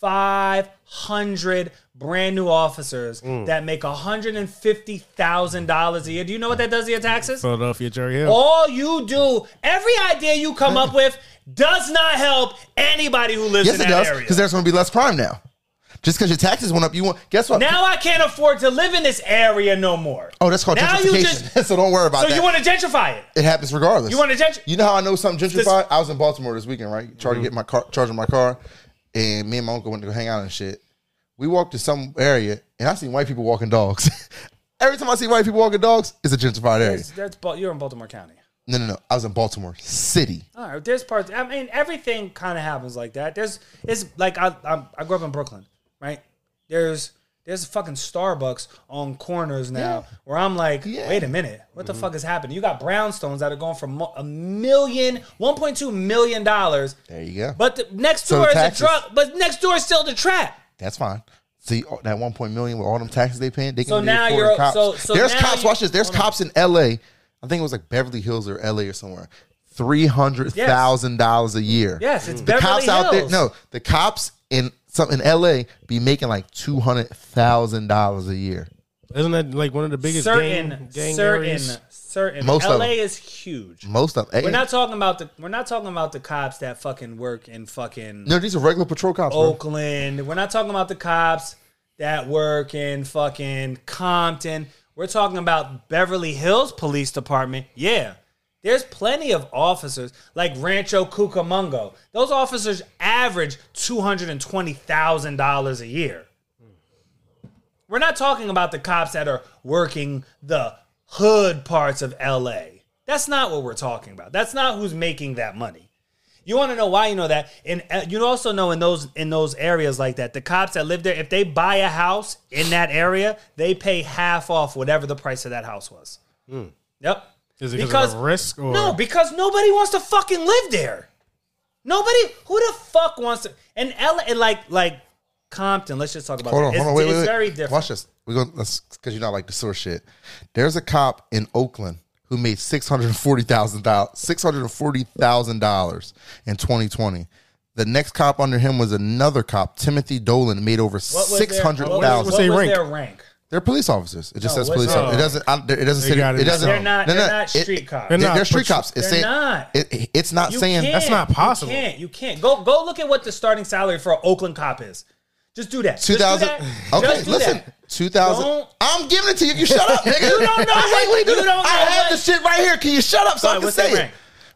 C: five hundred brand new officers that make hundred and fifty thousand dollars a year, do you know what that does to your taxes?
D: Philadelphia Jerry Hill.
C: All you do, every idea you come up with, does not help anybody who lives
B: Yes,
C: in
B: it
C: that
B: does.
C: area.
B: Because there's going to be less crime now. Just because your taxes went up, you want. Guess what?
C: Now I can't afford to live in this area no more.
B: oh, that's called
C: now
B: gentrification.
C: you just-
B: so don't worry about
C: So
B: that.
C: you want to gentrify it?
B: it happens regardless.
C: You want to gentr-
B: You know how I know something gentrified? I was in Baltimore this weekend, right?
C: Mhm.
B: Trying to get my car, charging my car, and me and my uncle went to go hang out and shit. We walked to some area, and I seen white people walking dogs. Every time I see white people walking dogs, it's a gentrified area.
C: That's, that's Bal- you're in Baltimore County.
B: No, no, no. I was in Baltimore City.
C: All right, there's parts. I mean, everything kind of happens like that. There's it's like I I'm, I grew up in Brooklyn, right? There's there's a fucking Starbucks on corners now where I'm like,
B: Yeah.
C: wait a minute, what
D: Mm-hmm.
C: the fuck is happening? You got brownstones that are going for mo- a million, 1.2 million dollars,
B: There you go.
C: but the, next
B: So
C: door is
B: taxes.
C: a drug. But next door is still the trap.
B: That's fine. See all- that one point million with all them taxes they paying, they can
C: So
B: be
C: now
B: affording
C: you're-
B: cops.
C: so- so
B: there's
C: now
B: cops.
C: you-
B: watch this. There's
C: hold on.
B: cops in L.A. I think it was like Beverly Hills or L.A. or somewhere. Three hundred thousand dollars a year.
C: Yes, it's
B: Mm. the cops
C: Beverly
B: out there.
C: Hills.
B: No, the cops in some in L.A. be making like two hundred thousand dollars a year.
D: Isn't that like one of the biggest
C: Oh. certain,
D: gang, gang
C: certain,
D: areas?
C: certain.
B: Most of
C: LA
B: them.
C: is huge.
B: Most of
C: We're not talking about the we're not talking about the cops that fucking work in fucking
B: No, these are regular patrol cops.
C: Oh,
B: bro.
C: Oakland. We're not talking about the cops that work in fucking Compton. We're talking about Beverly Hills Police Department. Yeah. There's plenty of officers like Rancho Cucamonga. Those officers average $220,000 a year. We're not talking about the cops that are working the hood parts of LA. That's not what we're talking about. That's not who's making that money. You want to know why you know that, and uh, you also know in those in those areas like that, the cops that live there, if they buy a house in that area, they pay half off whatever the price of that house was.
B: Hmm.
C: Yep.
D: Is it 'cause of the risk or-
C: no? Because nobody wants to fucking live there. Nobody. Who the fuck wants to? And L. And like like Compton. Let's just talk about
B: Hold on,
C: that.
B: hold on,
C: It's-
B: wait, wait,
C: it's
B: wait.
C: very different.
B: Watch this. We're gonna let's because you know I like the source shit. There's a cop in Oakland who made six hundred forty thousand dollars, six hundred forty thousand dollars in 2020. The next cop under him was another cop, Timothy Dolan, made over
C: What was
B: six
C: their-
B: hundred
C: what was-
B: thousand.
C: What
D: their
C: was
D: rank?
C: their rank?
B: They're police officers. It just
C: No,
B: says
C: what's-
B: police. officer. It
D: oh.
B: doesn't. I, it doesn't. Say,
D: gotta
B: it
D: be-
B: doesn't.
D: They're
C: not-
B: no, no,
C: they're not
B: it-
C: street cops.
B: They're,
D: They're not,
B: they're street
D: but you-
B: cops. It's
C: they're
B: saying
C: not.
B: It, it- it's not
C: You
B: saying.
C: can't.
B: That's
D: not possible.
C: You can't. You can't. Go go look at what the starting salary for an Oakland cop is. Just do that. Just do
B: 2000.
C: that.
B: Okay,
C: Just do
B: listen.
C: that.
B: 2000.
C: Don't-
B: I'm giving it to you. if You shut up, nigga. you
C: don't know
B: That's like
C: what-
B: we do.
C: you don't
B: I
C: know
B: have
C: what-
B: the shit right here. Can you shut up so
C: Alright,
B: I can
C: what's that
B: say it?
C: rank?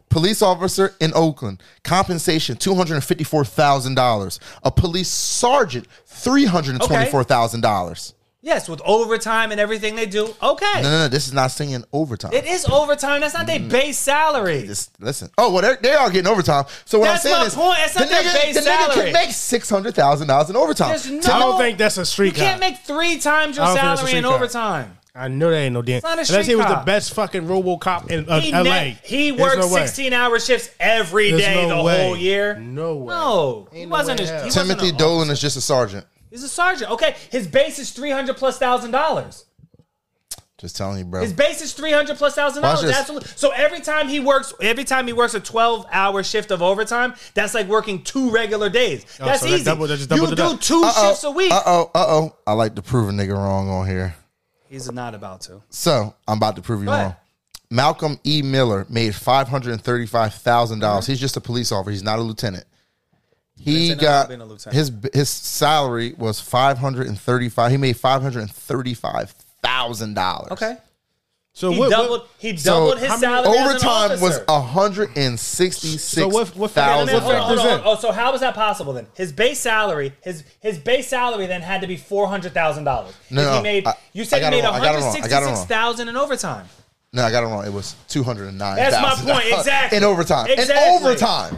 B: Police officer in Oakland, compensation two hundred fifty-four thousand dollars. A police sergeant, three hundred twenty-four thousand dollars.
C: Yes, with overtime and everything they do. Okay.
B: No, no, no. This is not saying overtime.
C: It is overtime. That's not their base salary.
B: This- listen. Oh, well, they're, they are getting overtime. So what
C: That's
B: I'm saying
C: my
B: is,
C: point. That's
B: the
C: not their
B: nigga,
C: base
B: the nigga
C: salary.
B: can make six hundred thousand dollars in overtime.
C: There's no.
D: I don't think that's a
C: You
D: street cop.
C: can't make three times your
D: I don't think that's a
C: salary in
D: street cop.
C: overtime.
D: I know that ain't no damn.
C: not a
D: Unless
C: street
D: he was
C: cop.
D: the best fucking RoboCop in of
C: He,
D: LA.
C: ne- he
D: There's
C: worked
D: no way.
C: 16 hour shifts every day
D: There's no
C: the
D: way.
C: whole year.
D: No way.
C: No. He wasn't, a, he wasn't
B: Timothy
C: a-
B: Dolan is just a sergeant.
C: He's a sergeant. Okay. His base is 300 plus thousand dollars.
B: Just telling you, bro.
C: His base is three hundred plus thousand
B: Watch
C: dollars.
B: this.
C: Absolutely. So every time he works, every time he works a twelve hour shift of overtime, that's like working two regular days. that's
D: Oh, so that
C: easy.
D: double- that just
C: you
D: doubled
C: do
D: it up.
C: two shifts a week.
B: Uh oh, uh oh. I like to prove a nigga wrong on here.
C: He's not about to.
B: So I'm about to prove you
C: Go ahead.
B: wrong. Malcolm E. Miller made five hundred thirty-five thousand dollars.
C: Mm-hmm.
B: He's just a police officer. He's not a lieutenant. He
C: Lieutenant
B: got
C: being a lieutenant.
B: his his salary was five hundred and thirty-five. He made five hundred thirty-five thousand dollars.
C: Okay.
D: So
C: He
D: what,
C: doubled.
D: what,
C: He
B: So
C: doubled
B: how
C: his
B: many-
C: salary.
B: overtime
C: as an
B: was
C: officer.
B: hundred and sixty-six.
D: So what- what factors-
C: Wait a minute, hold on, hold on,
D: factors
C: hold
D: in?
C: on. Oh, so how was that possible then? His base salary, his his base salary then had to be four hundred thousand dollars.
B: No, no,
C: he made,
B: I-
C: you
B: I
C: said
B: got
C: he
B: it
C: made
B: wrong.
C: one
B: I got it
C: hundred
B: wrong. I got it wrong.
C: sixty-six thousand in overtime.
B: No, I got it wrong. It was two hundred and nine.
C: That's my point, exactly.
B: In overtime.
C: Exactly.
B: In overtime.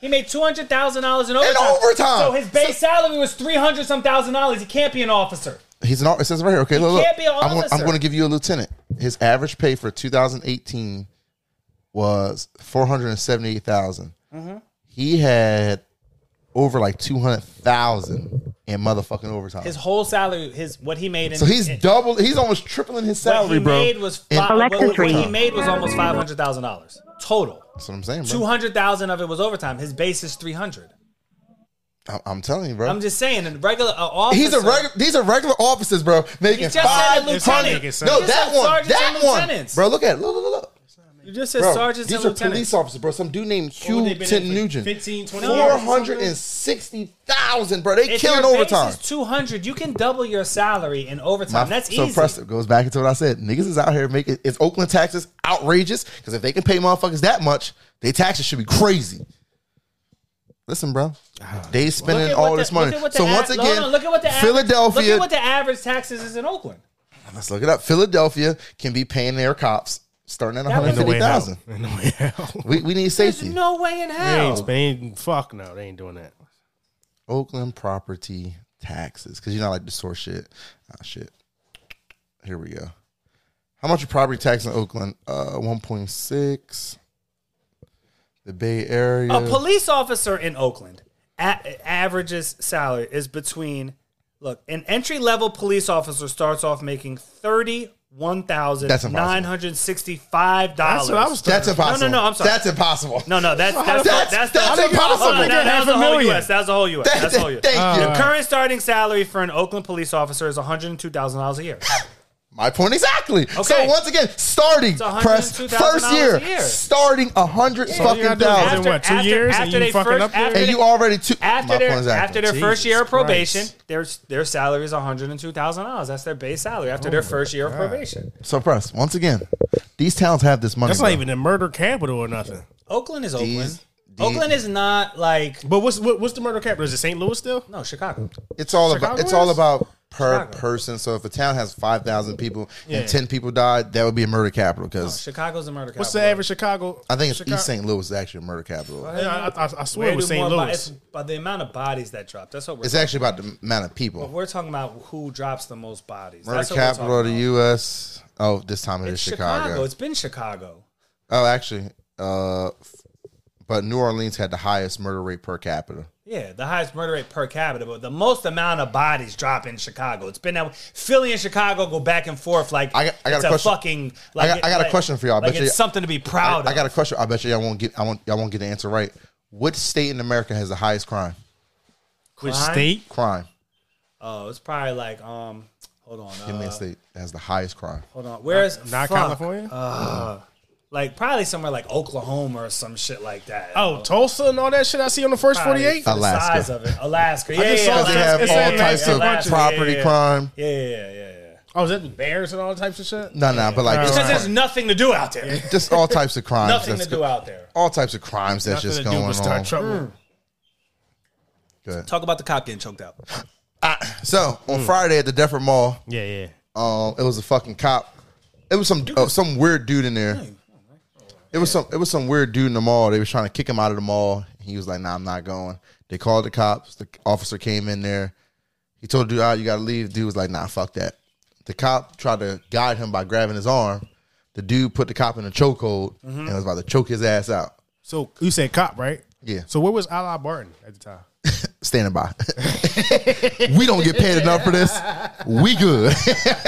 C: He made two hundred thousand dollars in overtime.
B: overtime!
C: So his base salary was three hundred some thousand dollars. He can't be an officer.
B: He's an. It says right here. Okay, look. look.
C: can't be an
B: I'm, gonna, I'm
C: officer.
B: gonna give you a lieutenant. His average pay for 2018 was 478,000.
C: Mm-hmm.
B: He had over like 200,000 in motherfucking overtime.
C: His whole salary, his what he made. In,
B: so he's
C: in-
B: double. He's almost tripling his
C: what
B: salary,
C: he
B: bro.
C: Made was
B: in-
C: fi- what,
H: Alexa,
C: what he
H: three.
C: made was almost five hundred thousand dollars total.
B: That's what I'm saying,
C: Two
B: bro.
C: hundred thousand of it was overtime. His base is three hundred.
B: I'm, I'm telling you, bro.
C: I'm just saying, a regular uh, officer.
B: He's a regular. These are regular officers, bro. Making
C: You just said
B: five.
C: a
D: It's not
C: lieutenant.
D: making sense.
B: No,
C: You just
B: that
C: said
B: one.
C: sergeants
B: That
C: and
B: one,
C: lieutenants.
B: bro. Look at it. look, look, look, look.
C: You just said
B: Bro,
C: sergeants
B: these
C: and Oh,
B: are
C: lieutenants.
B: police officers, bro. Some dude named
D: would
B: Hugh
D: they been
B: Tin
D: in for
B: Nugent.
D: 15, 20 years?
B: Four hundred and sixty thousand, bro. They killing overtime.
C: two hundred, you can double your salary in overtime. That's
B: so
C: easy.
B: Preston goes back into what I said. Niggas is out here making it's Oakland taxes outrageous because if they can pay motherfuckers that much, their taxes should be crazy. Listen, bro, they
C: Ah, Look
B: spending
C: at
B: all
C: what the-
B: this money.
C: look at what the
B: So
C: a-
B: once
C: hold
B: again,
C: on, look at what the average-
B: Philadelphia.
C: look at what the average taxes is in Oakland.
B: let's look it up. Philadelphia can be paying their cops starting at one
C: was-
B: hundred fifty thousand.
D: No way hell.
B: We, we need
C: There's
B: safety.
C: no way in
D: They ain't,
C: hell.
D: they ain't, fuck no, they ain't doing that.
B: Oakland property taxes. Cause you know I like to source shit. Ah shit. Here we go. How much are property tax in Oakland? Uh one point six. The Bay Area.
C: A police officer in Oakland a- averages salary is between. Look, an entry level police officer starts off making thirty one thousand nine hundred sixty five dollars.
D: That's what I was
B: that's impossible.
C: No, no, no, I'm sorry.
B: That's impossible.
C: No, no, that's that's
B: That's-
C: that's,
B: that's
C: the-
B: impossible.
C: Hold on, that- That was the whole
D: Million.
C: U.S. That was the whole U.S.
B: That-
C: That's the whole U.S.
B: thank you.
C: The current starting salary for an Oakland police officer is one hundred and two thousand dollars a year.
B: My point exactly. So
C: Okay.
B: once again, starting
C: $102,000
B: press first year,
C: a year.
B: starting a hundred
D: you
B: fucking
D: gotta do is
B: thousand,
D: after- what, two years and you
C: they
D: fucking
C: first,
D: up there?
C: after
B: and
C: they-
B: you already two.
C: after
B: my
C: their
B: point exactly.
C: after their first year of
D: Jesus
C: probation,
D: Christ.
C: their their salary is one hundred and two thousand dollars. That's their base salary after
D: Oh
C: their first year of probation.
B: so press once again. These towns have this money.
D: That's
B: bro.
D: not even a murder capital or nothing.
C: Oakland is Oakland.
B: These- these-
C: Oakland is not like
D: But what's what, what's the murder capital? Is it St. Louis still?
C: no Chicago.
B: It's all about
D: Chicago
B: it's all
D: is?
B: about per
C: Chicago.
B: person. So if a town has five thousand people
D: Yeah.
B: and ten people died, that would be a murder
C: Oh,
B: capital. Because
C: Chicago's a murder.
D: What's the
C: capital.
D: average Chicago?
B: Uh, I think it's
D: Chicago-
B: East St. Louis is actually a murder capital.
D: Yeah, I, I, I swear
C: Where
D: it was
C: do
D: St.
C: more bo- it's
D: Louis.
C: by the amount of bodies that dropped. That's what we're
B: It's actually about the amount of
C: But
B: people.
C: we're talking about who drops the most bodies.
B: Murder
C: That's what we're
B: capital of
C: talking
B: the
C: about.
B: U.S. Oh, this time it is
C: It's
B: Chicago.
C: Chicago. It's been Chicago.
B: Oh, actually, uh, f- but New Orleans had the highest murder rate per capita.
C: Yeah, the highest murder rate per capita, but the most amount of bodies drop in Chicago. It's been that way. Philly and Chicago go back and forth like
B: I got- I got
C: it's
B: a question.
C: fucking. Like,
B: got- I got a
C: like-
B: question for y'all. I
C: Like
B: bet
C: it's
B: you-
C: something to be
B: I,
C: proud
B: I
C: of.
B: got a question. I bet you y'all won't get. I won't. Y'all won't get the answer right. Which state in America has the highest crime?
D: Which
C: Crime?
D: state?
B: Crime.
C: Oh, it's probably like um. Hold on.
B: Give me
C: uh,
B: a state that has the highest crime.
C: Hold on. Where's
D: Not
C: fuck, Uh,
D: California?
C: Like probably somewhere like Oklahoma or some shit like that.
D: oh, Tulsa and all that shit I see on the first
C: Probably
D: 48?
C: the
B: Alaska.
C: size of it. Alaska. Yeah,
D: just
C: yeah,
D: saw
B: Because
C: Alaska.
B: they have
D: it's
B: all
D: in
B: types of
C: Alaska.
B: property
C: yeah, yeah.
B: crime.
C: Yeah, yeah, yeah, yeah.
D: Oh, is that bears and all types of shit?
B: No, no, but like
D: Because
C: Because
B: just,
C: there's nothing to do out there.
B: just all types of crimes.
C: Nothing to
B: that's
C: do
B: go-
C: out there.
B: All types of crimes that's
D: Nothing
B: just
D: to do
B: going
D: but start
B: on.
D: trouble.
B: Good.
C: Talk about the cop getting choked out.
B: So on
C: Hmm.
B: Friday at the Deptford Mall,
D: Yeah, yeah.
B: um, it was a fucking cop. It was some uh, some weird dude in there. It was some it was some weird dude in the mall. They was trying to kick him out of the mall. He was like, "Nah, I'm not going." They called the cops. The officer came in there. He told the dude, "Ah, you gotta leave." The dude was like, "Nah, fuck that." The cop tried to guide him by grabbing his arm. The dude put the cop in a chokehold and was about to choke his ass out.
D: So you said cop, right?
B: Yeah.
D: So where was Ala Barton at the time?
B: standing by. we don't get paid enough for this. We good.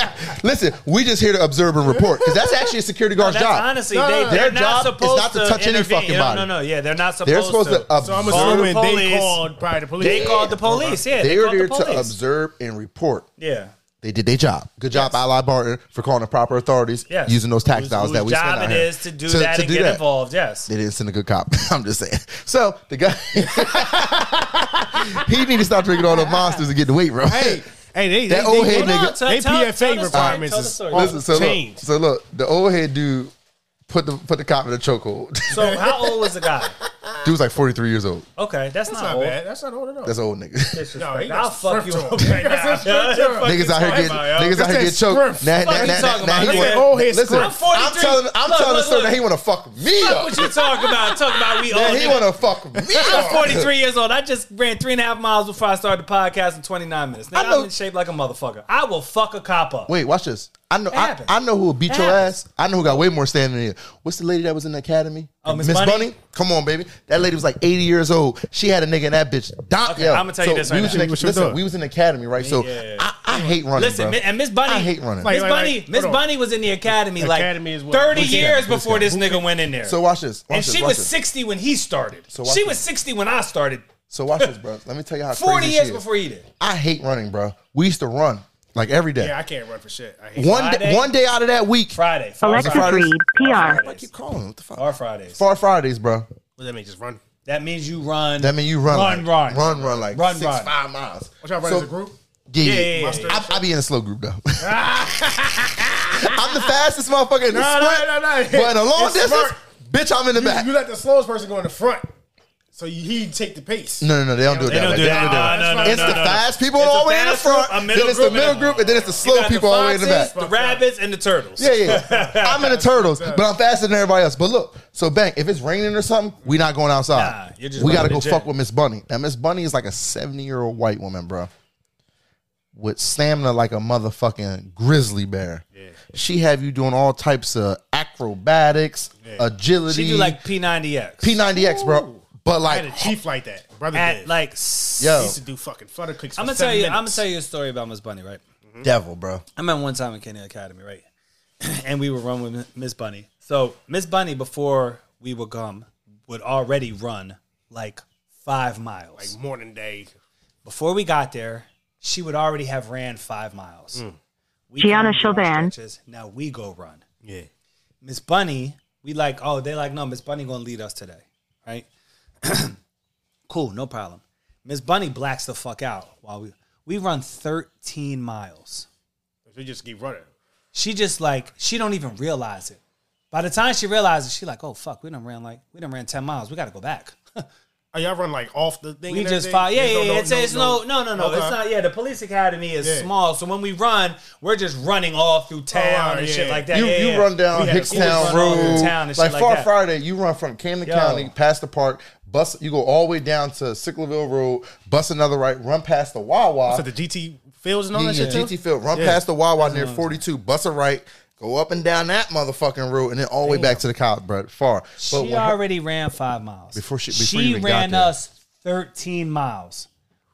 B: Listen, we just here to observe and report because that's actually a security guard's
C: That's
B: job.
C: honestly,
D: No, no,
C: they,
D: no.
C: they're
B: Their
C: not
B: job is
C: supposed
B: not to touch any
C: intervene.
B: fucking
C: No,
B: body.
C: No, no, yeah, they're not supposed.
B: They're supposed to,
C: to.
B: observe.
D: So I'm
C: Call the
D: assuming they
C: police.
D: called probably the police.
C: They called the police. Yeah, they
B: They're
C: called the
B: there to
C: police.
B: observe and report.
C: Yeah,
B: They did their job. Good job, Ally Barton, for calling the proper authorities
C: Yes.
B: using those tax
C: Whose-
B: dollars that we
C: whose
B: spend
C: job
B: out
C: it
B: here.
C: is to do that and get involved. Yes,
B: They didn't send a good cop. I'm just saying. So the guy, he need to stop drinking all the monsters and get the weight, bro.
D: Hey, hey, they,
B: That
D: they,
B: old
D: they,
B: head
D: they,
B: nigga-
C: tell-
D: they
C: tell- tell the
D: PFA
C: story,
D: requirements
C: tell the
D: is
C: story.
D: off
B: Listen, so look,
D: changed.
B: so look, the old head dude put the put the cop in a chokehold.
C: So how old was the guy?
B: dude was like 43 years old.
C: Okay, that's,
D: That's
C: not,
D: not
C: old.
D: bad. That's not old at all.
B: That's an old nigga.
D: no, he
C: I'll
D: got
C: fuck you
D: stripped
C: up
D: to him.
C: right now.
D: That's a stripped to him.
B: Niggas out here getting niggas out here
D: That's
B: getting choked.
D: that
B: Now,
C: Fuck
B: now,
C: you
B: now,
C: talking
B: now
C: about?
B: he
C: That's
B: want
C: that
D: old head
B: listen.
D: scrim.
B: I'm,
D: I'm
C: 43.
B: telling I'm
C: Look,
B: telling the
C: look,
B: story
C: look.
B: that he want to fuck me
C: Fuck
B: up.
C: what you talking about? Talking about we
B: Yeah,
C: old.
B: he
C: niggas.
B: want to fuck me
C: I'm
B: up.
C: 43 years old. I just ran three and a half miles before I started the podcast in 29 minutes. Now
B: I know-
C: I'm in shape like a motherfucker. I will fuck a cop up.
B: Wait, watch this. I know I,
C: happened.
B: I know who will beat
C: It
B: your
C: happens.
B: ass. I know who got way more standing than you. What's the lady that was in the academy?
C: Oh, Miss Bunny?
B: Come on, baby. That lady was like 80 years old. She had a nigga in that bitch. Dom-
C: Okay,
B: yo.
C: I'ma tell you
B: So
C: this
B: we
C: right
B: was in
C: now.
B: the-
D: What you
B: listen,
D: doing?
B: we was in the academy, right? So
C: Yeah.
B: I, I hate running.
C: Listen,
B: bro.
C: and Miss Bunny,
B: I hate running.
C: Miss
D: Like, like,
C: Bunny,
D: like,
C: Miss
D: hold on.
C: Bunny was in the academy, like
D: Academy is what?
C: 30
D: Boot camp,
C: years
D: boot
C: before
D: camp.
C: this nigga went in there.
B: So watch this. Watch
C: and
B: this,
C: she
B: watch
C: was
B: this.
C: 60 when he started.
B: So watch
C: she
B: this.
C: was 60 when I started.
B: So watch this, bro. Let me tell you how
C: 40
B: crazy
C: years
B: she is.
C: before he did.
B: I hate running, bro. We used to run like every day.
D: Yeah, I can't run for shit. I hate
B: one day,
C: Friday.
B: one day out of that week.
C: Friday.
B: Was it
H: Alexa,
B: Fridays?
H: read PR.
B: I keep calling. What the fuck?
C: Far Fridays.
B: Far Fridays, bro.
D: What that mean? Just run.
C: That means you run.
B: That mean you run,
C: Run,
B: like,
C: run.
B: run, run, like
C: Run,
B: six,
C: run.
B: five miles.
D: What y'all run
B: So-
D: as a group?
B: Yeah,
C: Yeah, yeah, yeah,
B: I, I be in a slow group though. I'm the fastest motherfucker in the
D: No, no,
B: sprint,
D: no, no.
B: but in a long
D: It's
B: distance,
D: smart.
B: bitch, I'm in the back.
D: You, you let the slowest person go in the front, so you, he take the pace.
B: No, no, no, they don't do it
D: They
B: that
D: don't
B: way.
D: do
B: They
D: that.
B: don't do that.
D: No, no,
B: way.
D: no,
B: It's
D: no,
B: the
D: no.
B: fast people
C: It's a
B: all the way in the
C: fast
B: front,
C: group,
B: then
C: a middle
B: it's the
C: group,
B: middle
C: and a-
B: group, and then it's the
C: You
B: slow
C: got
B: people
C: the
B: all the way in the back.
C: foxes, The rabbits and the turtles.
B: Yeah, yeah. I'm in the turtles, but I'm faster than everybody else. But look, so bank, if it's raining or something, we not going outside.
C: Nah, you're just
B: we gotta go
C: running to
B: fuck
C: jail.
B: with Miss Bunny. Now Miss Bunny is like a 70 year old white woman, bro. With stamina like a motherfucking grizzly bear. She have you doing all types of acrobatics, agility.
C: She do like P90X.
B: P90X, bro. But
D: I had
B: like
D: a chief like that, brother.
C: At
D: did.
C: like,
B: Yo.
D: He used to do fucking flutter clicks.
C: I'm
D: for
C: gonna tell
D: seven
C: you.
D: Minutes.
C: I'm gonna tell you a story about Miss Bunny, right?
B: devil, bro.
C: I'm at one time in Kenya Academy, right? and we were run with Miss Bunny. So Miss Bunny, before we would come, would already run like five miles.
D: Like morning day.
C: before we got there, she would already have ran five miles. We
H: Gianna
C: come, do our
H: Chauvin.
C: stretches, Now we go run.
D: Yeah.
C: Miss Bunny, we like, oh, they like, no, Miss Bunny gonna lead us today, right? cool, no problem. Miss Bunny blacks the fuck out while we we run 13 miles.
D: We just keep running.
C: She just like, she don't even realize it. By the time she realizes, she like, oh fuck, we done ran like we done ran 10 miles. We gotta go back.
D: Oh, y'all run like off the thing.
C: We
D: and
C: just
D: everything?
C: fought. Yeah,
D: There's
C: yeah, yeah. It's, it's no, no, no, no.
D: Okay.
C: It's not. Yeah, the police academy is
D: Yeah.
C: small, so when we run, we're just running all through town
D: wow,
C: and
D: yeah,
C: shit
D: yeah.
C: like that.
B: you
C: Yeah,
B: you
C: yeah.
B: run down
C: We had a school
B: Hickstown
C: run all through
B: Road,
C: town and
B: like
C: shit like
B: Far
C: that.
B: Friday. You run from Camden
C: Yo.
B: County, past the park, bus. You go all the way down to Sicklerville Road, bus another right, run past the Wawa,
D: So the GT fields and all
B: yeah,
D: that shit. too?
B: GT Field, run
D: Yeah.
B: past the Wawa near forty two, bus a right, go up and down that motherfucking road, and then all the way back to the college, bro. Far, but
C: She
B: when her-
C: already ran five miles.
B: Before she- before
C: she
B: you even got
C: ran
B: there.
C: us 13 miles.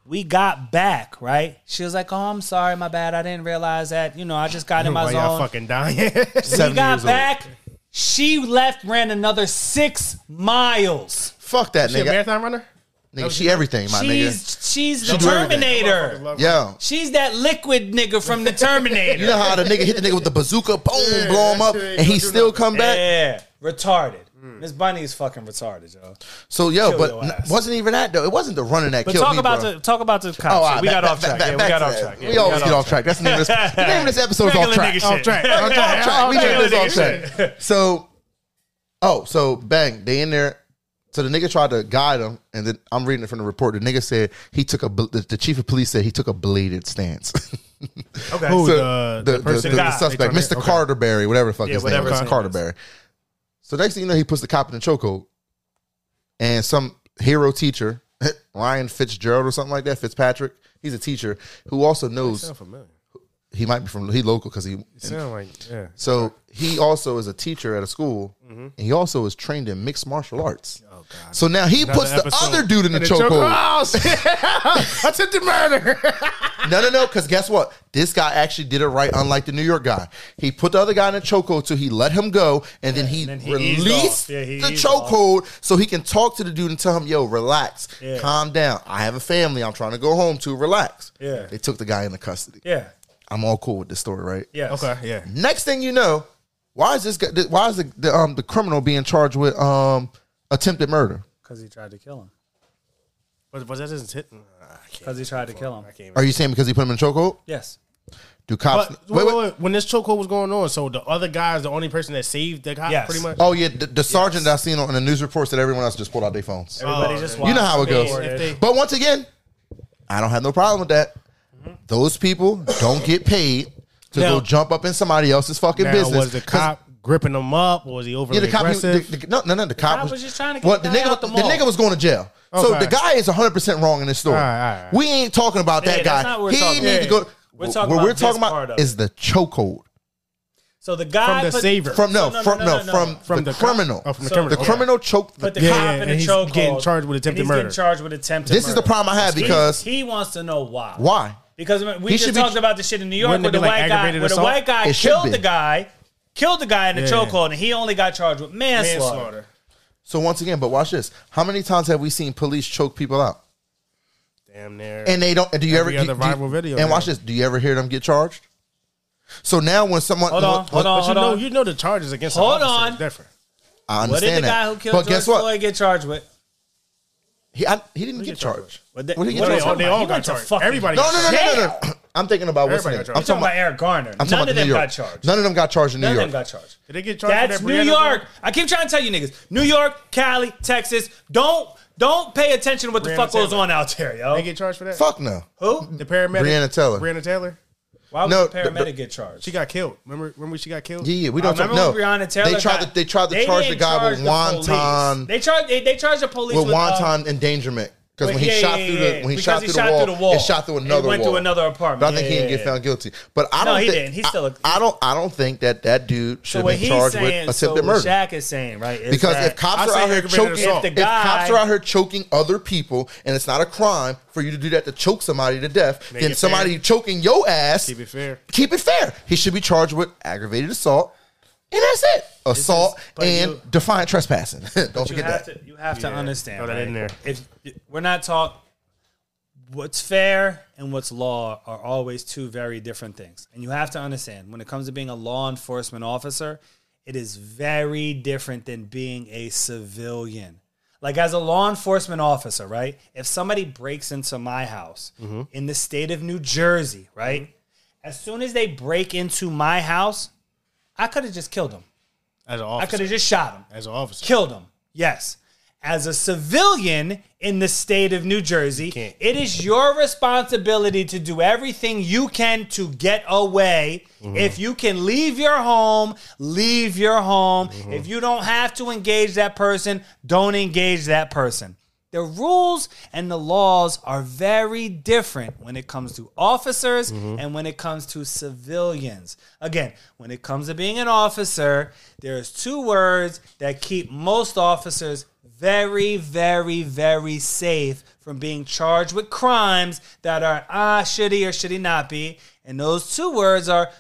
C: We got back, right? She was like, Oh, I'm sorry, my bad. I didn't realize that. You know, I just got in my
D: Why y'all
C: zone.
D: fucking dying?
C: We
B: Seventy
C: got
B: years old.
C: back. She left, ran another six miles.
B: Fuck that
D: she a
B: nigga.
D: marathon runner?
B: Nigga, she everything, my nigga.
C: Oh, She's she's the
B: do everything.
C: Terminator.
B: Yo,
C: She's that liquid nigga from the
B: you
C: Terminator.
B: know how the nigga hit the nigga with the bazooka, boom, blow him
D: that
B: up,
D: shit ain't
B: and he
D: gonna do
B: still come back.
C: yeah, retarded.
D: Mm.
C: Miss Bunny is fucking retarded, yo.
B: So yo,
C: Kill
B: but
C: your
B: n-
C: ass.
B: wasn't even that though. It wasn't the running that
C: But
B: killed
C: talk
B: me,
C: about
B: bro. Oh,
C: the talk about the cops.
B: all right,
C: Oh, we
B: back-
C: got off
B: back-
C: track.
B: back-
C: yeah, we
B: back
C: got
B: to
C: off
B: ah, that.
C: track. Yeah,
B: we always get off track. That's the name of this. The name of this episode is off
C: Regular
B: track.
C: nigga
B: Off
C: shit.
D: track. Off
B: track. We did
C: Regular
B: this off
C: nigga
B: track. So, oh, so bang, they in there. So the nigga tried to guide him, and then I'm reading it from the report. The nigga said he took a. bl- The, the chief of police said he took a bladed stance.
D: Okay.
B: So
D: Who, the, the, person?
B: the,
C: guy.
B: suspect,
D: They
B: Mr.
D: talking- okay.
B: Carterberry, whatever the fuck
D: Yeah,
B: his
D: whatever
B: name is,
D: his name
B: Carterberry. So next thing you know, he puts the cop in the chokehold, and some hero teacher, Ryan Fitzgerald or something like that, Fitzpatrick. He's a teacher who also knows
D: Sound familiar.
B: he might be from he local because he.
D: Sound like yeah.
B: So he also is a teacher at a school,
D: Mm-hmm.
B: and he also is trained in mixed martial arts. Oh, God. So now he puts the
D: episode.
B: other dude in the
D: And the choke-
B: chokehold.
D: Oh, shit. attempted murder.
B: No, no, no. Because guess what? This guy actually did it right, unlike the New York guy. He put the other guy in a chokehold till he let him go, and then he,
C: and then he eased
B: released
C: off. Yeah, he
B: the
C: eased off.
B: chokehold so he can talk to the dude and tell him, "Yo, relax, calm down. I have a family. I'm trying to go home to relax."
C: Yeah.
B: They took the guy into custody.
C: Yeah.
B: I'm all cool with this story, right?
C: Yeah.
D: Okay, yeah.
B: Next thing you know, why is this guy? th- Why is the, the um the criminal being charged with um attempted murder?
C: Because he tried to kill him.
D: But, but that doesn't hit.
C: Because he tried to kill him.
B: Are you saying because he put him in a chokehold?
C: Yes.
B: Do cops?
D: But wait, wait, wait. When this chokehold was going on, so the other guy is the only person that saved the cop,
C: Yes.
D: pretty much.
B: Oh yeah, the, the sergeant that I seen on the news reports that everyone else just pulled out their phones.
D: Oh,
C: Everybody just
B: You know how it
C: watched.
B: goes.
D: If they-
B: But once again, I don't have no problem with that. Those people don't get paid to
D: Now-
B: go jump up in somebody else's fucking
D: now,
B: business.
D: was the
B: 'Cause-
D: cop gripping him up? Was he overly
B: Yeah, the cop. he-
D: aggressive?
B: the- the- no, no, no. The cop,
C: cop
B: was,
C: was just trying to get
B: well,
C: the
B: the
C: guy
B: nigga.
C: out the
B: the
C: mall.
B: nigga was going to jail. So
D: Okay.
B: the guy is 100 percent wrong in this story.
D: All right, all right, all right.
B: We ain't talking about that
C: Yeah,
B: guy.
C: that's not what we're
B: he
C: talking
B: need
C: about.
B: to go.
C: We're talking
B: what
C: about
B: we're
C: this
B: talking
C: part of
B: about
C: it.
B: is the chokehold
C: So the guy
D: From the
C: put-
D: saver.
B: from no,
C: No, no,
B: from
C: no,
B: no,
C: no, no.
B: from
D: From
B: the,
D: the cop-
B: criminal.
D: oh, from the
C: So-
D: criminal.
B: The criminal choked
C: Put the
B: the
D: Yeah,
C: cop
D: yeah,
C: in
D: and
C: a
D: he's
C: chokehold.
D: getting charged with attempted
C: and he's getting
D: murder.
C: charged with attempted
B: This is the
C: murder.
B: problem I have
C: He-
B: because-
C: he, wants to know why.
B: Why?
C: Because I mean, we
B: He
C: just
B: should be-
C: talked about the shit in New York
D: Wouldn't it
C: where the
D: be like
C: white guy,
D: aggravated
C: where the
D: assault?
C: white guy
B: It should
C: killed
B: be.
C: the guy, killed the guy in the
D: Yeah.
C: chokehold, and he only got charged with manslaughter.
D: Manslaughter.
B: So once again, but watch this. How many times have we seen police choke people out?
D: Damn near.
B: And they don't. Do you
D: Every
B: ever
D: other
B: do you-
D: viral video,
B: And
D: man.
B: watch this. Do you ever hear them get charged? So now when someone
C: Hold on,
B: wh- wh-
C: hold on,
D: but you
C: hold
D: know,
C: on.
D: you know the charges against the
C: Hold
D: officer
C: on.
D: is different.
B: I understand
C: What did the
B: that.
C: guy who
B: but
C: killed George
B: guess what?
C: Floyd get charged with?
B: He I, he didn't get charged.
C: What they-
B: What did he
C: what
B: get
C: they
B: charged?
C: all-
B: with?
D: They
C: He
D: all got
C: went to
D: charged.
C: fucking
D: Everybody.
B: No,
D: got
B: no, no,
D: charged.
B: no, no, no. I'm thinking about what's
D: Everybody
B: name.
D: got
B: I'm
C: You're
B: talking
C: talking
B: about.
C: about Eric Garner.
B: I'm talking
C: None
B: about
C: of
B: the
C: them
B: New
C: got
B: York.
C: charged.
B: None of them got charged in New
C: None of
B: York.
C: them got charged.
D: Did they get charged? for
C: That's
D: that
C: New
D: Brianna
C: York.
D: Brown?
C: I keep trying to tell you niggas. New York, Cali, Texas. Don't don't pay attention to what the
D: Breonna
C: fuck goes
D: Taylor.
C: on out there, yo.
D: They get charged for that.
B: Fuck no.
C: Who?
D: The paramedic.
B: Breonna Taylor.
D: Brianna Taylor.
C: Why would
B: No,
C: the paramedic
B: the- the-
C: get charged?
D: She got killed. Remember? Remember she got killed?
B: Yeah, yeah, we don't
C: I
B: talk.
C: Oh, remember
B: No,
C: when Breonna Taylor
B: they tried
C: got-
B: to they tried to
C: they
B: charge the
C: didn't
B: guy
C: charge
B: with
C: the police.
B: wonton
C: They charged they, they charged the police
B: with
C: with uh,
B: wonton endangerment because
C: wait,
B: when he
C: yeah,
B: shot
C: yeah,
B: through
C: yeah,
B: the when he
C: because
B: shot
C: he
B: through
C: shot
B: the wall,
C: through the wall.
B: it shot through
C: It
B: another
C: went through
B: wall.
C: another apartment.
B: But I think
C: Yeah,
B: he didn't
C: yeah,
B: get
C: yeah.
B: found guilty. But I
C: No,
B: don't
C: he
B: think
C: didn't. He's still a-
B: I, I don't I don't think that that dude should
C: so what
B: have been
C: he's
B: charged
C: saying,
B: with
C: so
B: attempted
C: what
B: murder.
C: Shaq is saying, right? is
B: Because
C: that-
B: if cops
D: I
B: are
D: say
B: out here
D: aggravated
B: choking,
D: assault.
B: if,
C: If the guy-
B: cops are out here choking other people, and it's not a crime for you to do that to choke somebody to death,
D: Make
B: then
D: it
B: somebody
D: fair.
B: choking your ass.
D: Keep it fair.
B: Keep it fair. He should be charged with aggravated assault, and that's it. Assault
C: but
B: and
C: you-
B: defiant trespassing. Don't
C: you
B: forget
C: have
B: that.
C: to you have to understand
D: Throw that
C: right?
D: in there.
C: If we're not taught what's fair and what's law are always two very different things. And you have to understand when it comes to being a law enforcement officer, it is very different than being a civilian. Like as a law enforcement officer, right? If somebody breaks into my house in the state of New Jersey, right? As soon as they break into my house, I could have just killed them.
D: As an
C: I could
D: officer.
C: have just shot them
D: As an officer.
C: killed him. Yes. As a civilian in the state of New Jersey,
D: can't.
C: it is your responsibility to do everything you can to get away. If you can leave your home, leave your home. If you don't have to engage that person, don't engage that person. The rules and the laws are very different when it comes to officers and when it comes to civilians. Again, when it comes to being an officer, there's two words that keep most officers very, very, very safe from from being charged with crimes that are ah, should he or should he not be? And those two words are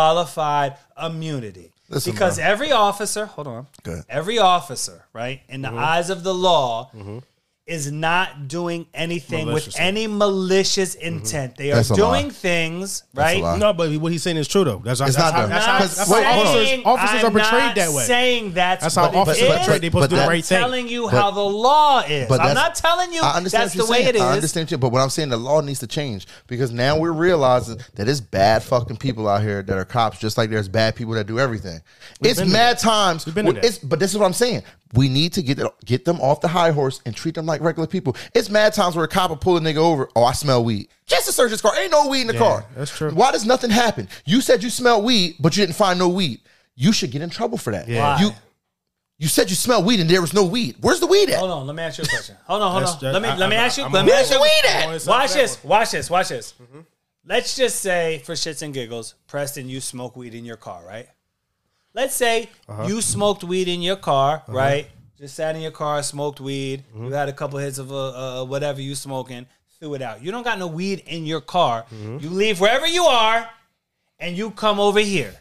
C: qualified immunity.
B: Listen,
C: because
B: bro.
C: every officer, hold on,
B: Go ahead.
C: every officer, right, in the
D: Mm-hmm.
C: eyes of the law, is not doing anything with
D: Maliciously.
C: any malicious
D: Mm-hmm.
C: intent. They are
B: That's a
C: doing
B: lie.
C: things,
B: a
C: right?
B: lie.
D: No, but what he's saying is true though. That's
B: It's
D: that's
B: not
D: how,
B: though.
D: that's how,
B: Because-
D: that's
B: wait,
D: how
B: hold on.
D: officers, officers are
C: I'm
D: portrayed
C: not
D: that way.
C: Saying that's,
D: That's how
C: what it
D: officers
C: is.
D: are portrayed. They
B: But
D: supposed to do the
B: that-
C: I'm
D: right thing.
C: telling you
B: But-
C: how the law is.
B: But
C: I'm
B: that's-
C: not telling you
B: I understand
C: that's
B: what
C: the
B: you're
C: way
B: saying.
C: it is.
B: I understand you, but what I'm saying, the law needs to change because now we're realizing that it's bad fucking people out here that are cops, just like there's bad people that do everything. it's
D: been
B: mad times.
D: We've been in
B: wh- it's- but this is what I'm saying. We need to get the- get them off the high horse and treat them like regular people. It's mad times where a cop will pull a nigga over. Oh, I smell weed. Just to search his car. Ain't no weed in the car.
D: that's true.
B: Why does nothing happen? You said you smelled weed, but you didn't find no weed. You should get in trouble for that.
D: Why?
B: You you said you smelled weed and there was no weed. Where's the weed at?
C: Hold on, let me ask you a question. Hold on, hold
D: That's-
C: on.
D: that-
C: let me
D: I-
C: let me
D: I'm-
C: ask you.
D: I'm-
C: let me
D: I'm-
C: ask you.
B: Where's the weed at?
D: It's not
C: Watch
D: that
C: this. Watch this. Watch this.
D: Mm-hmm.
C: Let's just say, for shits and giggles, Preston, you smoke weed in your car, right? Let's say
D: Uh-huh.
C: you smoked weed in your car, right? Just sat in your car, smoked weed.
D: Mm-hmm.
C: You had a couple hits of uh, uh, whatever you smoking, threw it out. You don't got no weed in your car.
D: Mm-hmm.
C: You leave wherever you are, and you come over here.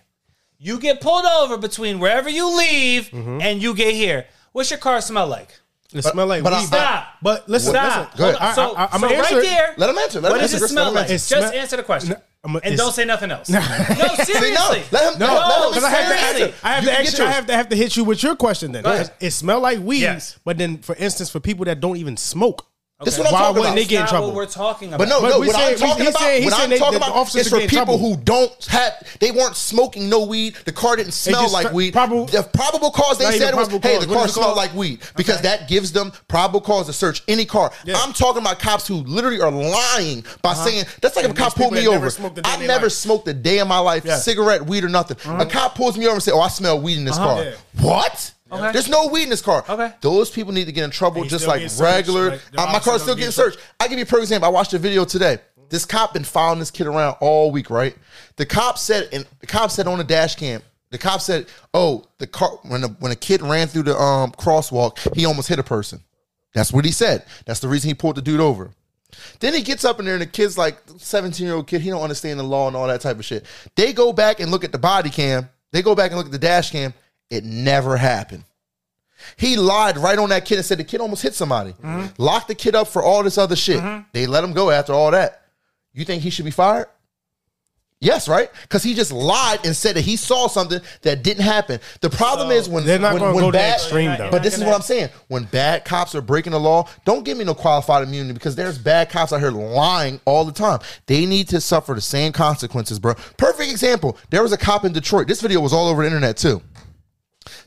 C: You get pulled over between wherever you leave
D: Mm-hmm.
C: and you get here. What's your car smell like?
D: It smell like
B: But I-
D: weed.
C: Stop.
D: But listen,
C: Stop.
B: Go
C: Hold
B: ahead.
C: on. So,
D: I- I- I'ma
C: so
D: answer
C: right
D: it.
C: there.
B: Let him answer. Let
C: what
B: him
C: does
B: answer.
C: it smell
B: Let him
C: like?
B: answer.
C: Just
D: It smell-
C: answer the question.
D: No, I'm a-
C: and
D: it's-
C: don't say nothing else. No, seriously.
B: See, no, let him,
D: No,
B: no,
D: because I have to,
B: seriously.
D: answer. I have
B: You
D: to
B: can get
D: actually, I
B: yours.
D: have to have to hit you with your question then.
C: ahead.
D: It smell like weed,
C: Yes.
D: but then, for instance, for people that don't even smoke,
B: This is what I'm
D: why
B: talking
D: wouldn't they
B: about.
C: That's
D: get in
C: not
D: trouble?
C: What we're talking about.
B: But no,
D: But
B: no.
D: we
B: What I'm
D: saying- we-
B: talking
D: he
B: about,
D: saying- he
B: what I'm
D: saying they-
B: talking
D: that the
B: about,
D: officers
B: is for
D: get in
B: people
D: trouble.
B: who don't have, they weren't smoking no weed. The car didn't smell
D: just
B: like
D: cr-
B: weed.
D: probable-
B: the probable cause
D: Not
B: they
D: even
B: said was,
D: probable
B: hey,
D: cause.
B: the
D: What
B: car
D: is it
B: smelled
D: called?
B: like weed because that gives them probable cause to search any car.
D: Yeah.
B: I'm talking about cops who literally are lying by saying that's like if a
D: there's
B: cop pulled
D: people that
B: me
D: never
B: over.
D: smoked a day in
B: I
D: their
B: never
D: life.
B: smoked a day in my life,
D: Yeah. Uh-huh.
B: cigarette, weed, or nothing. A cop pulls me over and say, oh, I smell weed in this car.
D: Yeah.
B: What?
C: Okay.
B: There's no weed in this car.
C: Okay.
B: Those people need to get in trouble
D: you
B: just
D: still
B: like
D: get searched,
B: regular.
D: like, the
B: uh, my
D: officer
B: car's still
D: don't
B: getting
D: get
B: searched. I give you a perfect example. I watched a video today. This cop been following this kid around all week, right? The cop said, and the cop said on the dash cam, the cop said, "Oh, the car when the, when a kid ran through the um crosswalk, he almost hit a person." That's what he said. That's the reason he pulled the dude over. Then he gets up in there and the kid's like 17 year old kid. He don't understand the law and all that type of shit. They go back and look at the body cam. They go back and look at the dash cam. It never happened. He lied right on that kid and said the kid almost hit somebody. Locked the kid up for all this other shit. They let him go after all that. You think he should be fired? Yes, right? Because he just lied and said that he saw something that didn't happen. The problem is when
D: They're not
B: when,
D: gonna
B: when
D: go that
B: bad-
D: extreme, though.
B: But this is what I'm saying. When bad cops are breaking the law, don't give me no qualified immunity because there's bad cops out here lying all the time. They need to suffer the same consequences, bro. Perfect example. There was a cop in Detroit. This video was all over the internet too.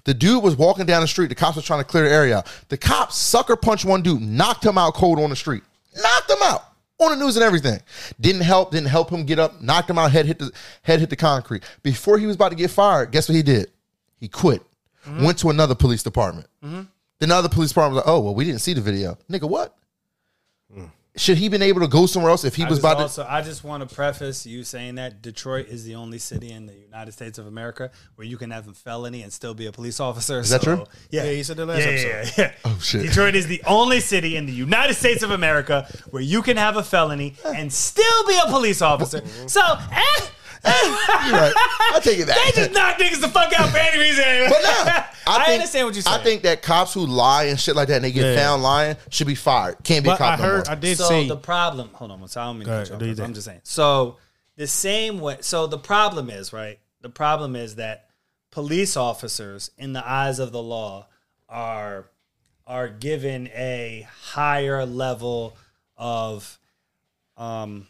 B: The dude was walking down the street. The cops were trying to clear the area out. The cops sucker punched one dude, knocked him out cold on the street, knocked him out on the news and everything. Didn't help. Didn't help him get up. Knocked him out. Head hit the head hit the concrete. Before he was about to get fired, guess what he did? He quit.
C: Mm-hmm.
B: Went to another police department. Then the other police department was like, "Oh well, we didn't see the video, nigga. What? Should he been able to go somewhere else if he
C: Mm. I
B: was
C: just
B: about to?"
C: also, I just want to preface you saying that Detroit is the only city in the United States of America where you can have a felony and still be a police officer. Is
B: that true?
C: Yeah,
D: Yeah, you said that last
C: yeah,
D: episode.
C: Yeah, yeah, Oh
B: shit.
C: Detroit is the only city in the United States of America where you can have a felony and still be a police officer. So, eh,
B: You're right. I take it back.
C: they just knock niggas the fuck out for any reason.
B: But no, I,
C: I,
B: think-
C: understand what you're saying.
B: I think that cops who lie and shit like that and they get
D: Yeah.
B: found lying should be fired. Can't be a
D: But I
B: cop no
D: heard,
B: more.
D: I did
C: so
D: see.
C: the problem. Hold on, one second. I don't mean to
D: Go
C: cut
D: ahead,
C: you
D: do
C: off,
D: your
C: I'm
D: thing.
C: just saying. So the same way. So the problem is right. The problem is that police officers, in the eyes of the law, are are given a higher level of um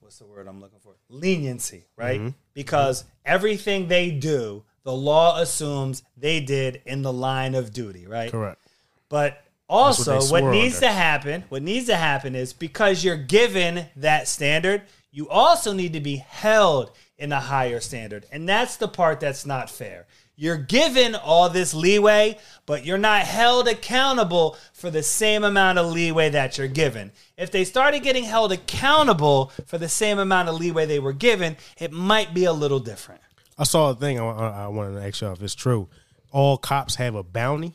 C: what's the word I'm looking for? Leniency, right?
D: Mm-hmm.
C: Because everything they do, the law assumes they did in the line of duty, right?
D: Correct.
C: But
D: what they
C: also, what,
D: swore
C: needs
D: under.
C: to happen, what needs to happen is because you're given that standard, you also need to be held in a higher standard. And that's the part that's not fair. You're given all this leeway, but you're not held accountable for the same amount of leeway that you're given. If they started getting held accountable for the same amount of leeway they were given, it might be a little different.
D: I saw a thing. I, I, I wanted to ask y'all if it's true. All cops have a bounty.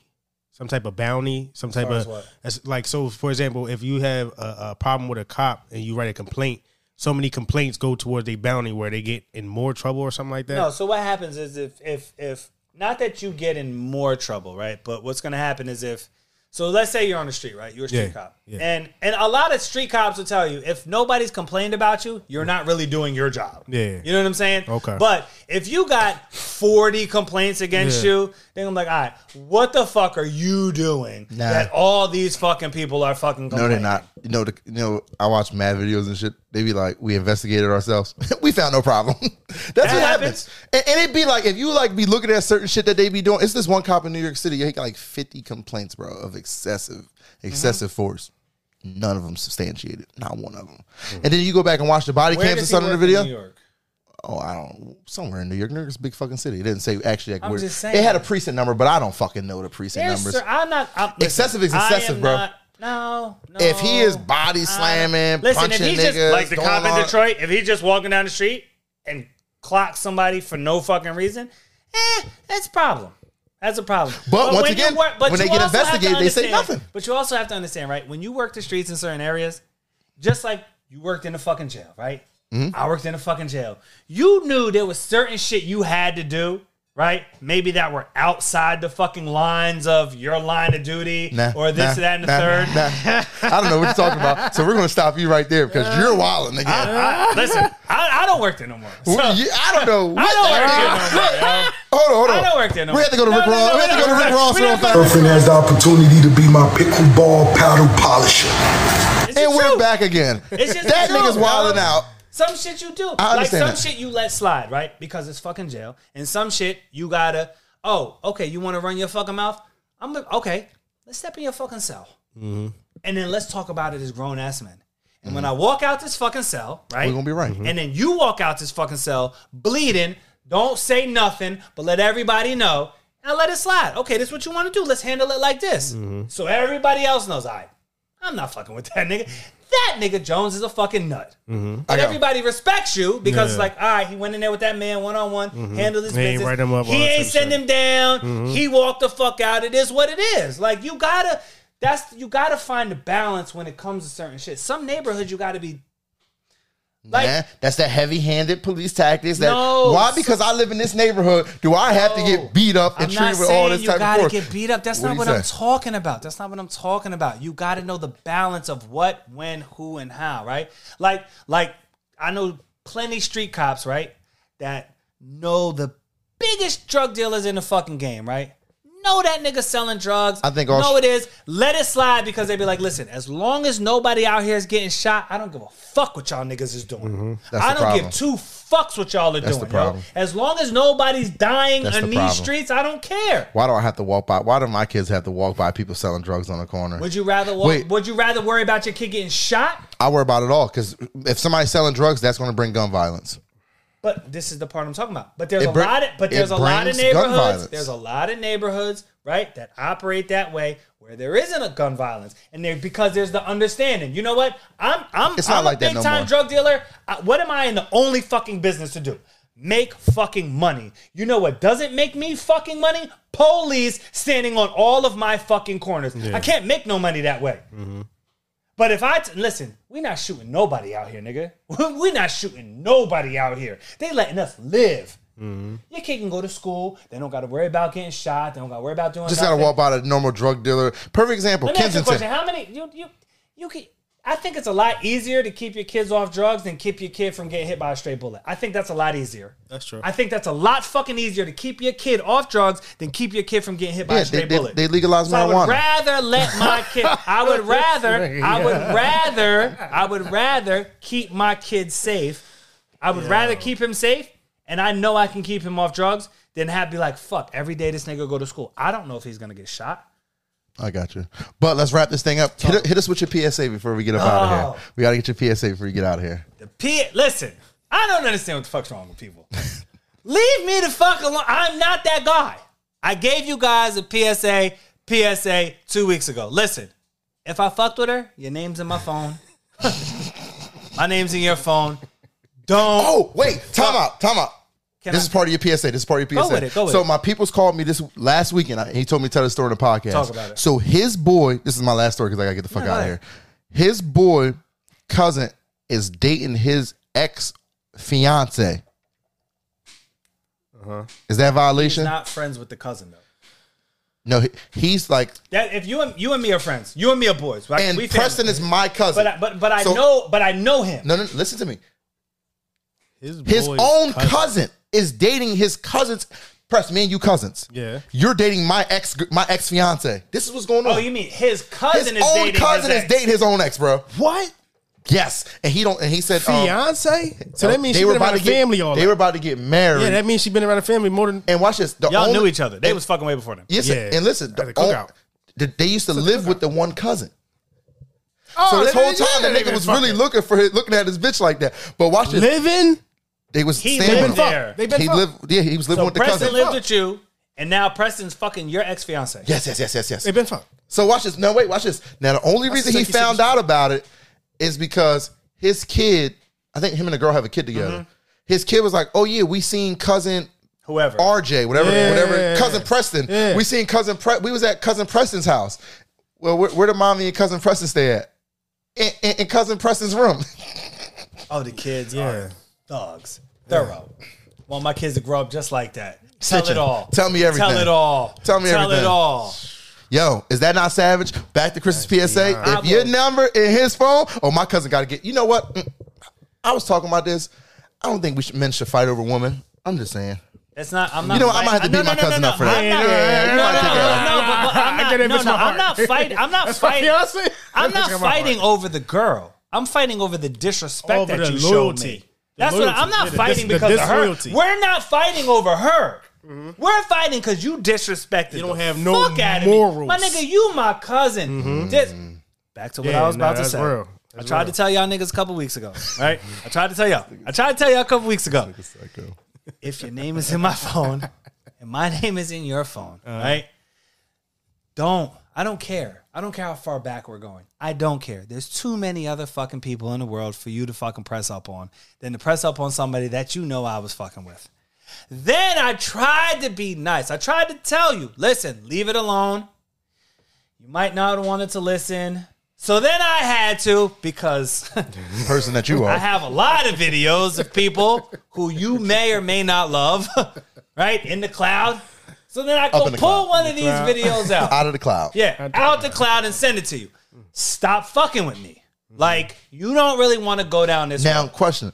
D: So some type of bounty, some type
C: far as
D: of
C: what?
D: as- like. So, for example, if you have a, a problem with a cop and you write a complaint, so many complaints go towards a bounty where they get in more trouble or something like that.
C: No, so what happens is if if if not that you get in more trouble, right? But what's going to happen is if so let's say you're on the street, right? You're a street
D: Yeah,
C: cop.
D: yeah.
C: And and a lot of street cops will tell you if nobody's complained about you, you're not really doing your job.
D: Yeah.
C: You know what I'm saying?
D: Okay.
C: But if you got 40 complaints against
D: Yeah.
C: you, then I'm like, "All right, what the fuck are you doing
B: Nah.
C: that all these fucking people are fucking
B: No,
C: complaining?"
B: they're not. You know, the, you know, I watch mad videos and shit. They be like, we investigated ourselves. we found no problem. That's what happens.
C: happens.
B: And, and it be like, if you like be looking at certain shit that they be doing, it's this one cop in New York City. He got like 50 complaints, bro, of excessive, excessive force. None of them substantiated. Not one of them. And then you go back and watch the body
C: Mm-hmm. Where
B: cams and
C: does he
B: stuff in the
C: work
B: video.
C: in New York?
B: Oh, I don't. Somewhere in New York, New York's a big fucking city. It didn't say actually like
C: I'm
B: where.
C: just saying.
B: It had a precinct number, but I don't fucking know the precinct
C: There's
B: numbers.
C: cer- I'm not I'm, listen,
B: Excessive is
C: I am
B: excessive, bro.
C: not- no, no.
B: If he is body slamming,
C: Listen,
B: punching
C: if he
B: niggas,
C: just like the
B: going
C: cop in
B: on-
C: Detroit, if he's just walking down the street and clocks somebody for no fucking reason, eh, that's a problem. That's a problem.
B: But once
C: when you
B: again, when they
C: you
B: get
C: also have to
B: investigated, they say
C: understand-
B: nothing.
C: But you also have to understand, right? When you work the streets in certain areas, just like you worked in a fucking jail, right?
B: Mm-hmm.
C: I worked in a fucking jail. You knew there was certain shit you had to do, right? Maybe that were outside the fucking lines of your line of duty
B: Nah,
C: or this,
B: nah,
C: that, and the
B: nah,
C: third.
B: nah. I don't know what you're talking about. So we're gonna stop you right there because you're wilding again.
C: I- listen, I, I don't work there no more. So,
B: You- I don't know.
C: I don't work there no more. yo.
B: Hold on, hold on.
C: I don't work there no
B: we
C: more.
B: have to go to
C: No,
B: Rick
C: no,
B: Ross.
C: no,
B: we have to go
C: no,
B: to
C: no,
B: Rick
C: no.
B: Ross
C: We
B: real
C: don't go
B: fast.
G: Girlfriend has the opportunity to be my pickleball paddle polisher.
C: It's the
B: And we're
C: truth.
B: back again.
C: It's just
B: that
C: the truth,
B: nigga's wilding out.
C: dog. Some shit you do.
B: I
C: like
B: understand
C: some
B: that.
C: shit you let slide, right? Because it's fucking jail. And some shit you gotta, oh, okay, you wanna run your fucking mouth? I'm like, okay, let's step in your fucking cell.
B: Mm-hmm.
C: And then let's talk about it as grown ass men. And when I walk out this fucking cell, right?
B: We're gonna be right.
C: And then you walk out this fucking cell bleeding, don't say nothing, but let everybody know and let it slide. Okay, this is what you want to do. Let's handle it like this.
B: Mm-hmm.
C: So everybody else knows I I'm not fucking with that nigga. That nigga Jones is a fucking nut.
B: I
D: Mm-hmm.
C: And
B: got-
C: everybody respects you because it's like, all right, he went in there with that man one on one, handled his
D: Mm-hmm. He ain't
C: business.
D: write him up, all
C: he
D: that
C: ain't
D: type of
C: send him down.
D: Mm-hmm.
C: He walked the fuck out. It is what it is. Like you gotta, that's you gotta find the balance when it comes to certain shit. Some neighborhoods you gotta be like
B: Nah, that's that heavy-handed police tactics. That
C: No.
B: why? Because I live in this neighborhood. Do I have to
C: No.
B: get beat up and
C: I'm not
B: treated with all
C: saying
B: this
C: you
B: type of
C: gotta
B: force?
C: get beat up. That's
B: What
C: not
B: do
C: what
B: you
C: I'm
B: say?
C: talking about. That's not what I'm talking about. You gotta know the balance of what, when, who, and how. Right? Like, like I know plenty street cops, right? That know the biggest drug dealers in the fucking game, right? Know that nigga selling drugs.
B: I think all-
C: know it is. Let it slide because they be like, listen, as long as nobody out here is getting shot, I don't give a fuck what y'all niggas is doing.
B: Mm-hmm. That's
C: I
B: the
C: don't
B: problem.
C: give two fucks what y'all are
B: That's the
C: doing. Yo.
B: problem.
C: As long as nobody's dying
B: That's the
C: on these
B: problem.
C: streets, I don't care.
B: Why do I have to walk by? Why do my kids have to walk by people selling drugs on the corner?
C: Would you rather wa-
B: Wait.
C: would you rather worry about your kid getting shot?
B: I worry about it all because if somebody's selling drugs, that's going to bring gun violence.
C: But this is the part I'm talking about. But there's
B: It
C: a
B: bring-
C: lot of but
B: it
C: there's a lot of
B: brings gun
C: neighborhoods.
B: violence.
C: There's a lot of neighborhoods, right, that operate that way where there isn't a gun violence. And they because there's the understanding. You know what? I'm I'm
B: It's not
C: I'm
B: like
C: a
B: that
C: big
B: no
C: time
B: more.
C: drug dealer. I, what am I in the only fucking business to do? Make fucking money. You know what doesn't make me fucking money? Police standing on all of my fucking corners. I can't make no money that way. But if I t- listen, we not shooting nobody out here, nigga. we not shooting nobody out here. They letting us live. Your kid can go to school. They don't got to worry about getting shot. They don't got to worry about doing.
B: Just got to
C: nothing.
B: walk by the normal drug dealer. Perfect example,
C: Let me ask you a question.
B: Kensington.
C: How many you you you can? I think it's a lot easier to keep your kids off drugs than keep your kid from getting hit by a stray bullet. I think that's a lot easier. That's
D: true.
C: I think that's a lot fucking easier to keep your kid off drugs than keep your kid from getting hit by
B: Yeah,
C: a stray
B: they, they,
C: bullet.
B: they legalize
C: So I would
B: marijuana.
C: rather let my kid. I would rather. I would rather. I would rather keep my kid safe. I would rather keep him safe, and I know I can keep him off drugs than have be like, fuck, every day this nigga go to school. I don't know if he's gonna get shot.
B: I got you. But let's wrap this thing up. Hit, hit us with your PSA before we get up out of
C: No.
B: here. We got to get your PSA before you get out of here.
C: The P. Listen, I don't understand what the fuck's wrong with people. Leave me the fuck alone. I'm not that guy. I gave you guys a PSA, PSA two weeks ago. Listen, if I fucked with her, your name's in my phone. my name's in your phone. Don't.
B: Oh, wait. Time out. Time out.
C: Can
B: Oh, this
C: I-
B: is part of your PSA. This is part of your
C: Go
B: PSA.
C: with it, go with
B: so
C: it.
B: my peoples called me this last weekend. I- He told me to tell the story in the podcast.
C: Talk about it.
B: So his boy, this is my last story because I gotta get the fuck out of here. His boy cousin is dating his ex fiance. Is that a violation?
C: Uh-huh. not friends with the cousin though.
B: no, he, he's like,
C: That if you and you and me are friends, you and me are boys. Right?
B: and
C: we family.
B: Preston is my cousin.
C: But I, but but I
B: So-
C: know but I know him.
B: no, no, no, listen to me.
D: His,
B: His
D: boy's
B: own cousin. is dating his cousin's. Preston, me and you cousins.
D: Yeah.
B: you're dating my ex, my ex fiance. This is what's going on.
C: Oh, you mean
B: his
C: his cousin is
B: own
C: dating
B: cousin
C: his
B: is dating his own ex, bro.
D: What?
B: Yes, and he don't. And he said,
C: Oh.
B: um,
D: Fiance? so
B: Oh,
D: that means she's been around the
B: get
D: family all
B: They
D: day.
B: were about to get married.
D: yeah, that means she's been around the family more than.
B: and watch this. The
C: Y'all
B: only,
C: knew each other. They was fucking way before them.
B: Yes,
D: Yeah.
B: and listen, the
D: At a
B: on-
D: cookout.
B: the- they used to live with the one cousin.
D: Oh,
B: so this
D: they-
B: whole time,
D: yeah,
B: the
D: they
B: nigga
D: been
B: was really
D: fucking.
B: looking for his, looking at his bitch like that. But watch this,
D: living.
B: they was
C: He
B: standing.
C: lived there.
D: They been
B: he
D: fucked.
B: lived, yeah, he was living
C: So
B: with the
C: Preston
B: cousin.
C: lived with you, and now Preston's fucking your ex fiance.
B: Yes, yes, yes, yes, yes.
D: They been fucked.
B: So watch this. No, wait, watch this. Now the only reason he
D: sixty six.
B: found out about it is because his kid, I think him and the girl have a kid together.
D: Mm-hmm.
B: His kid was like, "Oh yeah, we seen cousin
C: Whoever.
B: RJ, whatever,
D: Yeah.
B: whatever, cousin Preston.
D: Yeah.
B: We seen cousin. Pre- we was at cousin Preston's house. Well, where, where did mommy and cousin Preston stay at? In, in, in cousin Preston's room.
C: oh, the kids are thugs. Thorough. Want my kids to grow up just like that. Tell
B: Snitching.
C: it all.
B: Tell me everything.
C: Tell it all.
B: Tell me
C: Tell
B: everything.
C: it all.
B: Yo, is that not savage? Back to Chris's PSA. If your number in his phone, oh my cousin got to get. You know what? Mm, I was talking about this. I don't think we should men should fight over women. I'm just saying.
C: That's not. I'm not.
B: You know what? I might have to
C: fighting-
B: beat my cousin
C: no,
B: up for
C: I'm
B: that.
C: not-
B: Yeah, yeah, yeah. You
C: no,
B: might
C: no,
B: think
C: no,
B: that.
C: no, but- but I'm
D: I
C: not-
D: get it,
C: no,
D: it's my
C: no, I'm
D: heart.
C: not fighting. I'm not
D: That's my
C: fighting.
D: fiance.
C: I'm not
D: That's my heart.
C: fighting over the girl. I'm fighting over the disrespect
D: Over
C: that
D: the
C: you showed
D: loyalty.
C: me.
D: The
C: That's what
D: loyalty.
C: I'm not
D: Yeah, the
C: fighting
D: dis- the
C: because of her.
D: disloyalty.
C: We're not fighting over her.
B: Mm-hmm.
C: We're fighting because you disrespected. You
D: don't have no
C: fuck out of Me.
D: morals.
C: My nigga, you my cousin.
B: Mm-hmm.
C: Dis- Back to what
D: Yeah,
C: I was
D: nah,
C: about to
D: that's
C: say.
D: real.
C: I
D: That's
C: tried
D: real.
C: to tell y'all niggas a couple weeks ago, right? I tried to tell y'all. I tried to tell y'all a couple weeks ago
B: uh,
C: if your name is in my phone and my name is in your phone, right? Don't. I don't care. I don't care how far back we're going. I don't care. There's too many other fucking people in the world for you to fucking press up on than to press up on somebody that you know I was fucking with. Then I tried to be nice. I tried to tell you, listen, leave it alone. You might not have wanted to listen. So then I had to because
B: The person that you are.
C: I have a lot of videos of people who you may or may not love, right? In the cloud. So then I go
B: in the
C: pull
B: cloud.
C: one of these videos out.
B: out of the cloud.
C: yeah, out the cloud and send it to you. Stop fucking with me. Like, you don't really want to go down this
B: Now, question,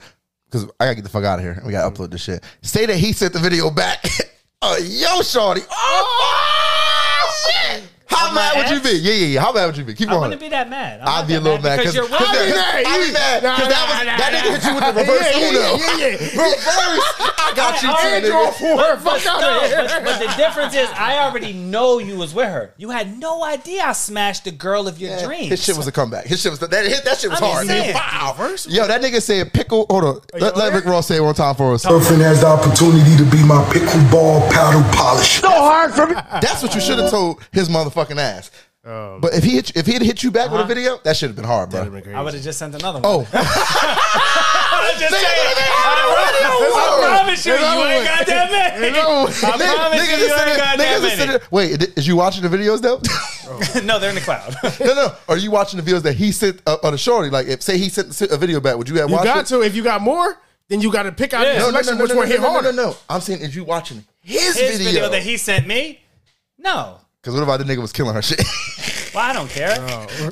B: because I gotta get the fuck out of here. We gotta upload this shit. Say that he sent the video back. uh, yo, Shorty. Oh, shit. How
C: Of my
B: mad would you
C: ex?
B: be? Yeah, yeah, yeah. How mad would you be? Keep
C: I
B: on.
C: wouldn't be that mad. I'm
B: I'd
C: not
B: be a
C: that
B: little mad
C: because you're
B: cause, cause
C: right.
B: that- I'd be mad
D: Nah,
B: because that was
D: nah,
B: that
D: nah,
B: nigga hit you with the
D: Yeah,
B: reverse
D: yeah,
B: Uno.
D: yeah, yeah,
B: Reverse. I got you too, nigga.
C: But, but, no, but, but the difference is, I already know you was with her. You had no idea I smashed the girl of your dreams.
B: His shit was a comeback. His shit was that hit. That shit was hard.
C: I'm just saying.
B: nigga. Wow. Yo, that nigga said pickle. Hold on. Let, let Rick Ross say it one time for us.
G: Girlfriend has the opportunity to be my pickleball paddle polisher.
B: That's what you should have told his motherfucking ass.
D: Um,
B: but if he hit, if he had hit you back
D: Uh-huh.
B: with a video, that should have been hard, bro.
C: I would have just sent another one.
B: Oh,
C: I'm just
B: Nigga,
C: saying.
B: nigga,
C: I promise you, you ain't got that many. I promise you, you ain't got
B: is sitting
C: that
B: there- Wait, is you watching the videos though?
C: many. No, they're in the cloud.
B: no, no. Are you watching the videos that he sent uh, on the shorty? Like, if say he sent a video back, would you have
D: You
B: watched
D: got
B: it?
D: to. If you got more, then you got to pick out
B: No,
C: Yeah.
D: your
B: no, no,
D: selection
B: no,
D: which
B: no, no,
D: one hit
B: no, no, no,
D: harder.
B: no. I'm saying, is you watching his,
C: His
B: video?
C: video that he sent me. No,
B: Because what about the nigga was killing her shit?
C: well, I don't care.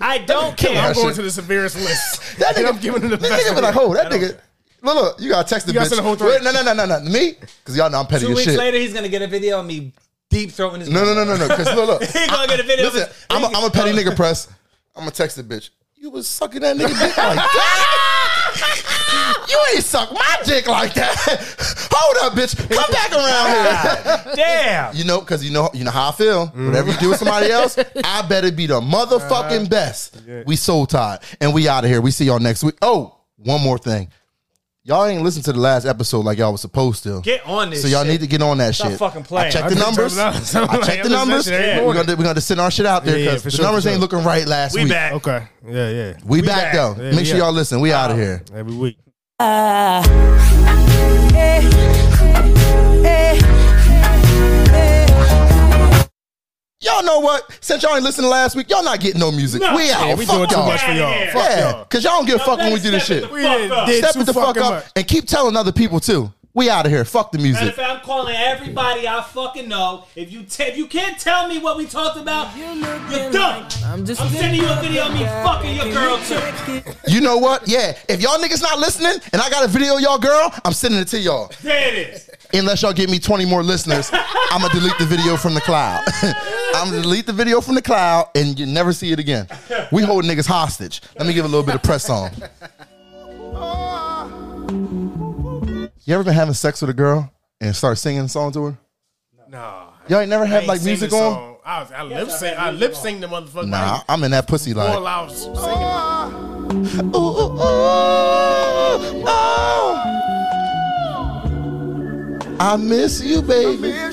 C: I don't care.
D: I'm
B: That
D: going
B: shit-
D: to the severest list.
B: that
D: and
B: nigga,
D: I'm giving him the
B: that
D: best.
B: nigga be like, oh, that nigga. Look, look, you gotta text the
D: You gotta
B: bitch.
D: send the whole thread.
B: Wait, no, no, no, no, no. Me? Because y'all know I'm petty
C: Two
B: as
C: weeks
B: shit.
C: later, he's gonna get a video of me deep throating his.
B: No, no, no, no, no. Because look, look.
C: He gonna get a video of
B: Listen,
C: his-
B: I'm a, I'm a petty nigga. Press. I'm gonna text the bitch. You was sucking that nigga dick like that. you ain't suck my dick like that. Hold up, bitch. Come back around here.
C: Damn.
B: You know, because you know, you know how I feel. Whatever you do with somebody else, I better be the motherfucking best. We soul tied, and we out of here. We see y'all next week. Oh, one more thing. Y'all ain't listened to the last episode like y'all was supposed to.
C: Get on this.
B: so y'all
C: shit.
B: need to get on that
C: Stop
B: shit.
C: fucking playing.
B: I checked the
D: I
B: numbers.
D: checked
B: I
D: the numbers.
B: checked the
D: Yeah,
B: numbers.
D: yeah.
B: We're gonna we're gonna send our shit out there
D: Yeah, yeah,
B: because
D: for
B: the
D: sure,
B: numbers
D: for
B: ain't
D: sure.
B: looking right last
C: We
B: week.
C: back.
D: Okay. Yeah, yeah.
B: We, back, though.
D: Yeah,
B: Make
D: we
B: sure
D: out.
B: y'all listen. We out of here.
D: Every week.
H: Yeah.
B: know what? Since y'all ain't listening last week, y'all not getting no music. we out.
D: we
B: Oh,
D: doing
B: Fuck
D: too
B: y'all.
D: much for y'all.
C: Yeah.
D: Fuck
B: yeah,
D: y'all.
B: because y'all don't give a fuck when we do this
C: Step it
B: shit.
C: the fuck
D: did-
C: up.
D: did
B: Step
D: too
B: it the fuck
D: fucking
B: up
D: much.
B: and keep telling other people too. We out of here. Fuck the
C: Matter
B: music.
C: of fact, I'm calling everybody I fucking know. If you t- if you can't tell me what we talked about, you're done. I'm just I'm sending you a video of me fucking your girl too.
B: You know what? Yeah. If y'all niggas not listening and I got a video of y'all girl, I'm sending it to y'all.
C: There it is.
B: Unless y'all give me 20 more listeners, I'm gonna delete the video from the cloud. I'm gonna delete the video from the cloud and you never see it again. We hold niggas hostage. Let me give a little bit of press on. You ever been having sex with a girl and start singing a song to her?
D: Nah.
B: Y'all ain't never
D: I
B: had
D: ain't
B: like
D: sing
B: music
D: the
B: on?
D: song. I, was, I lip sing. I lip sing the motherfucker.
B: Nah,
D: Like,
B: I'm in that pussy line.
D: all I was singing. Oh.
B: Ooh, ooh, ooh, oh. I miss you, baby.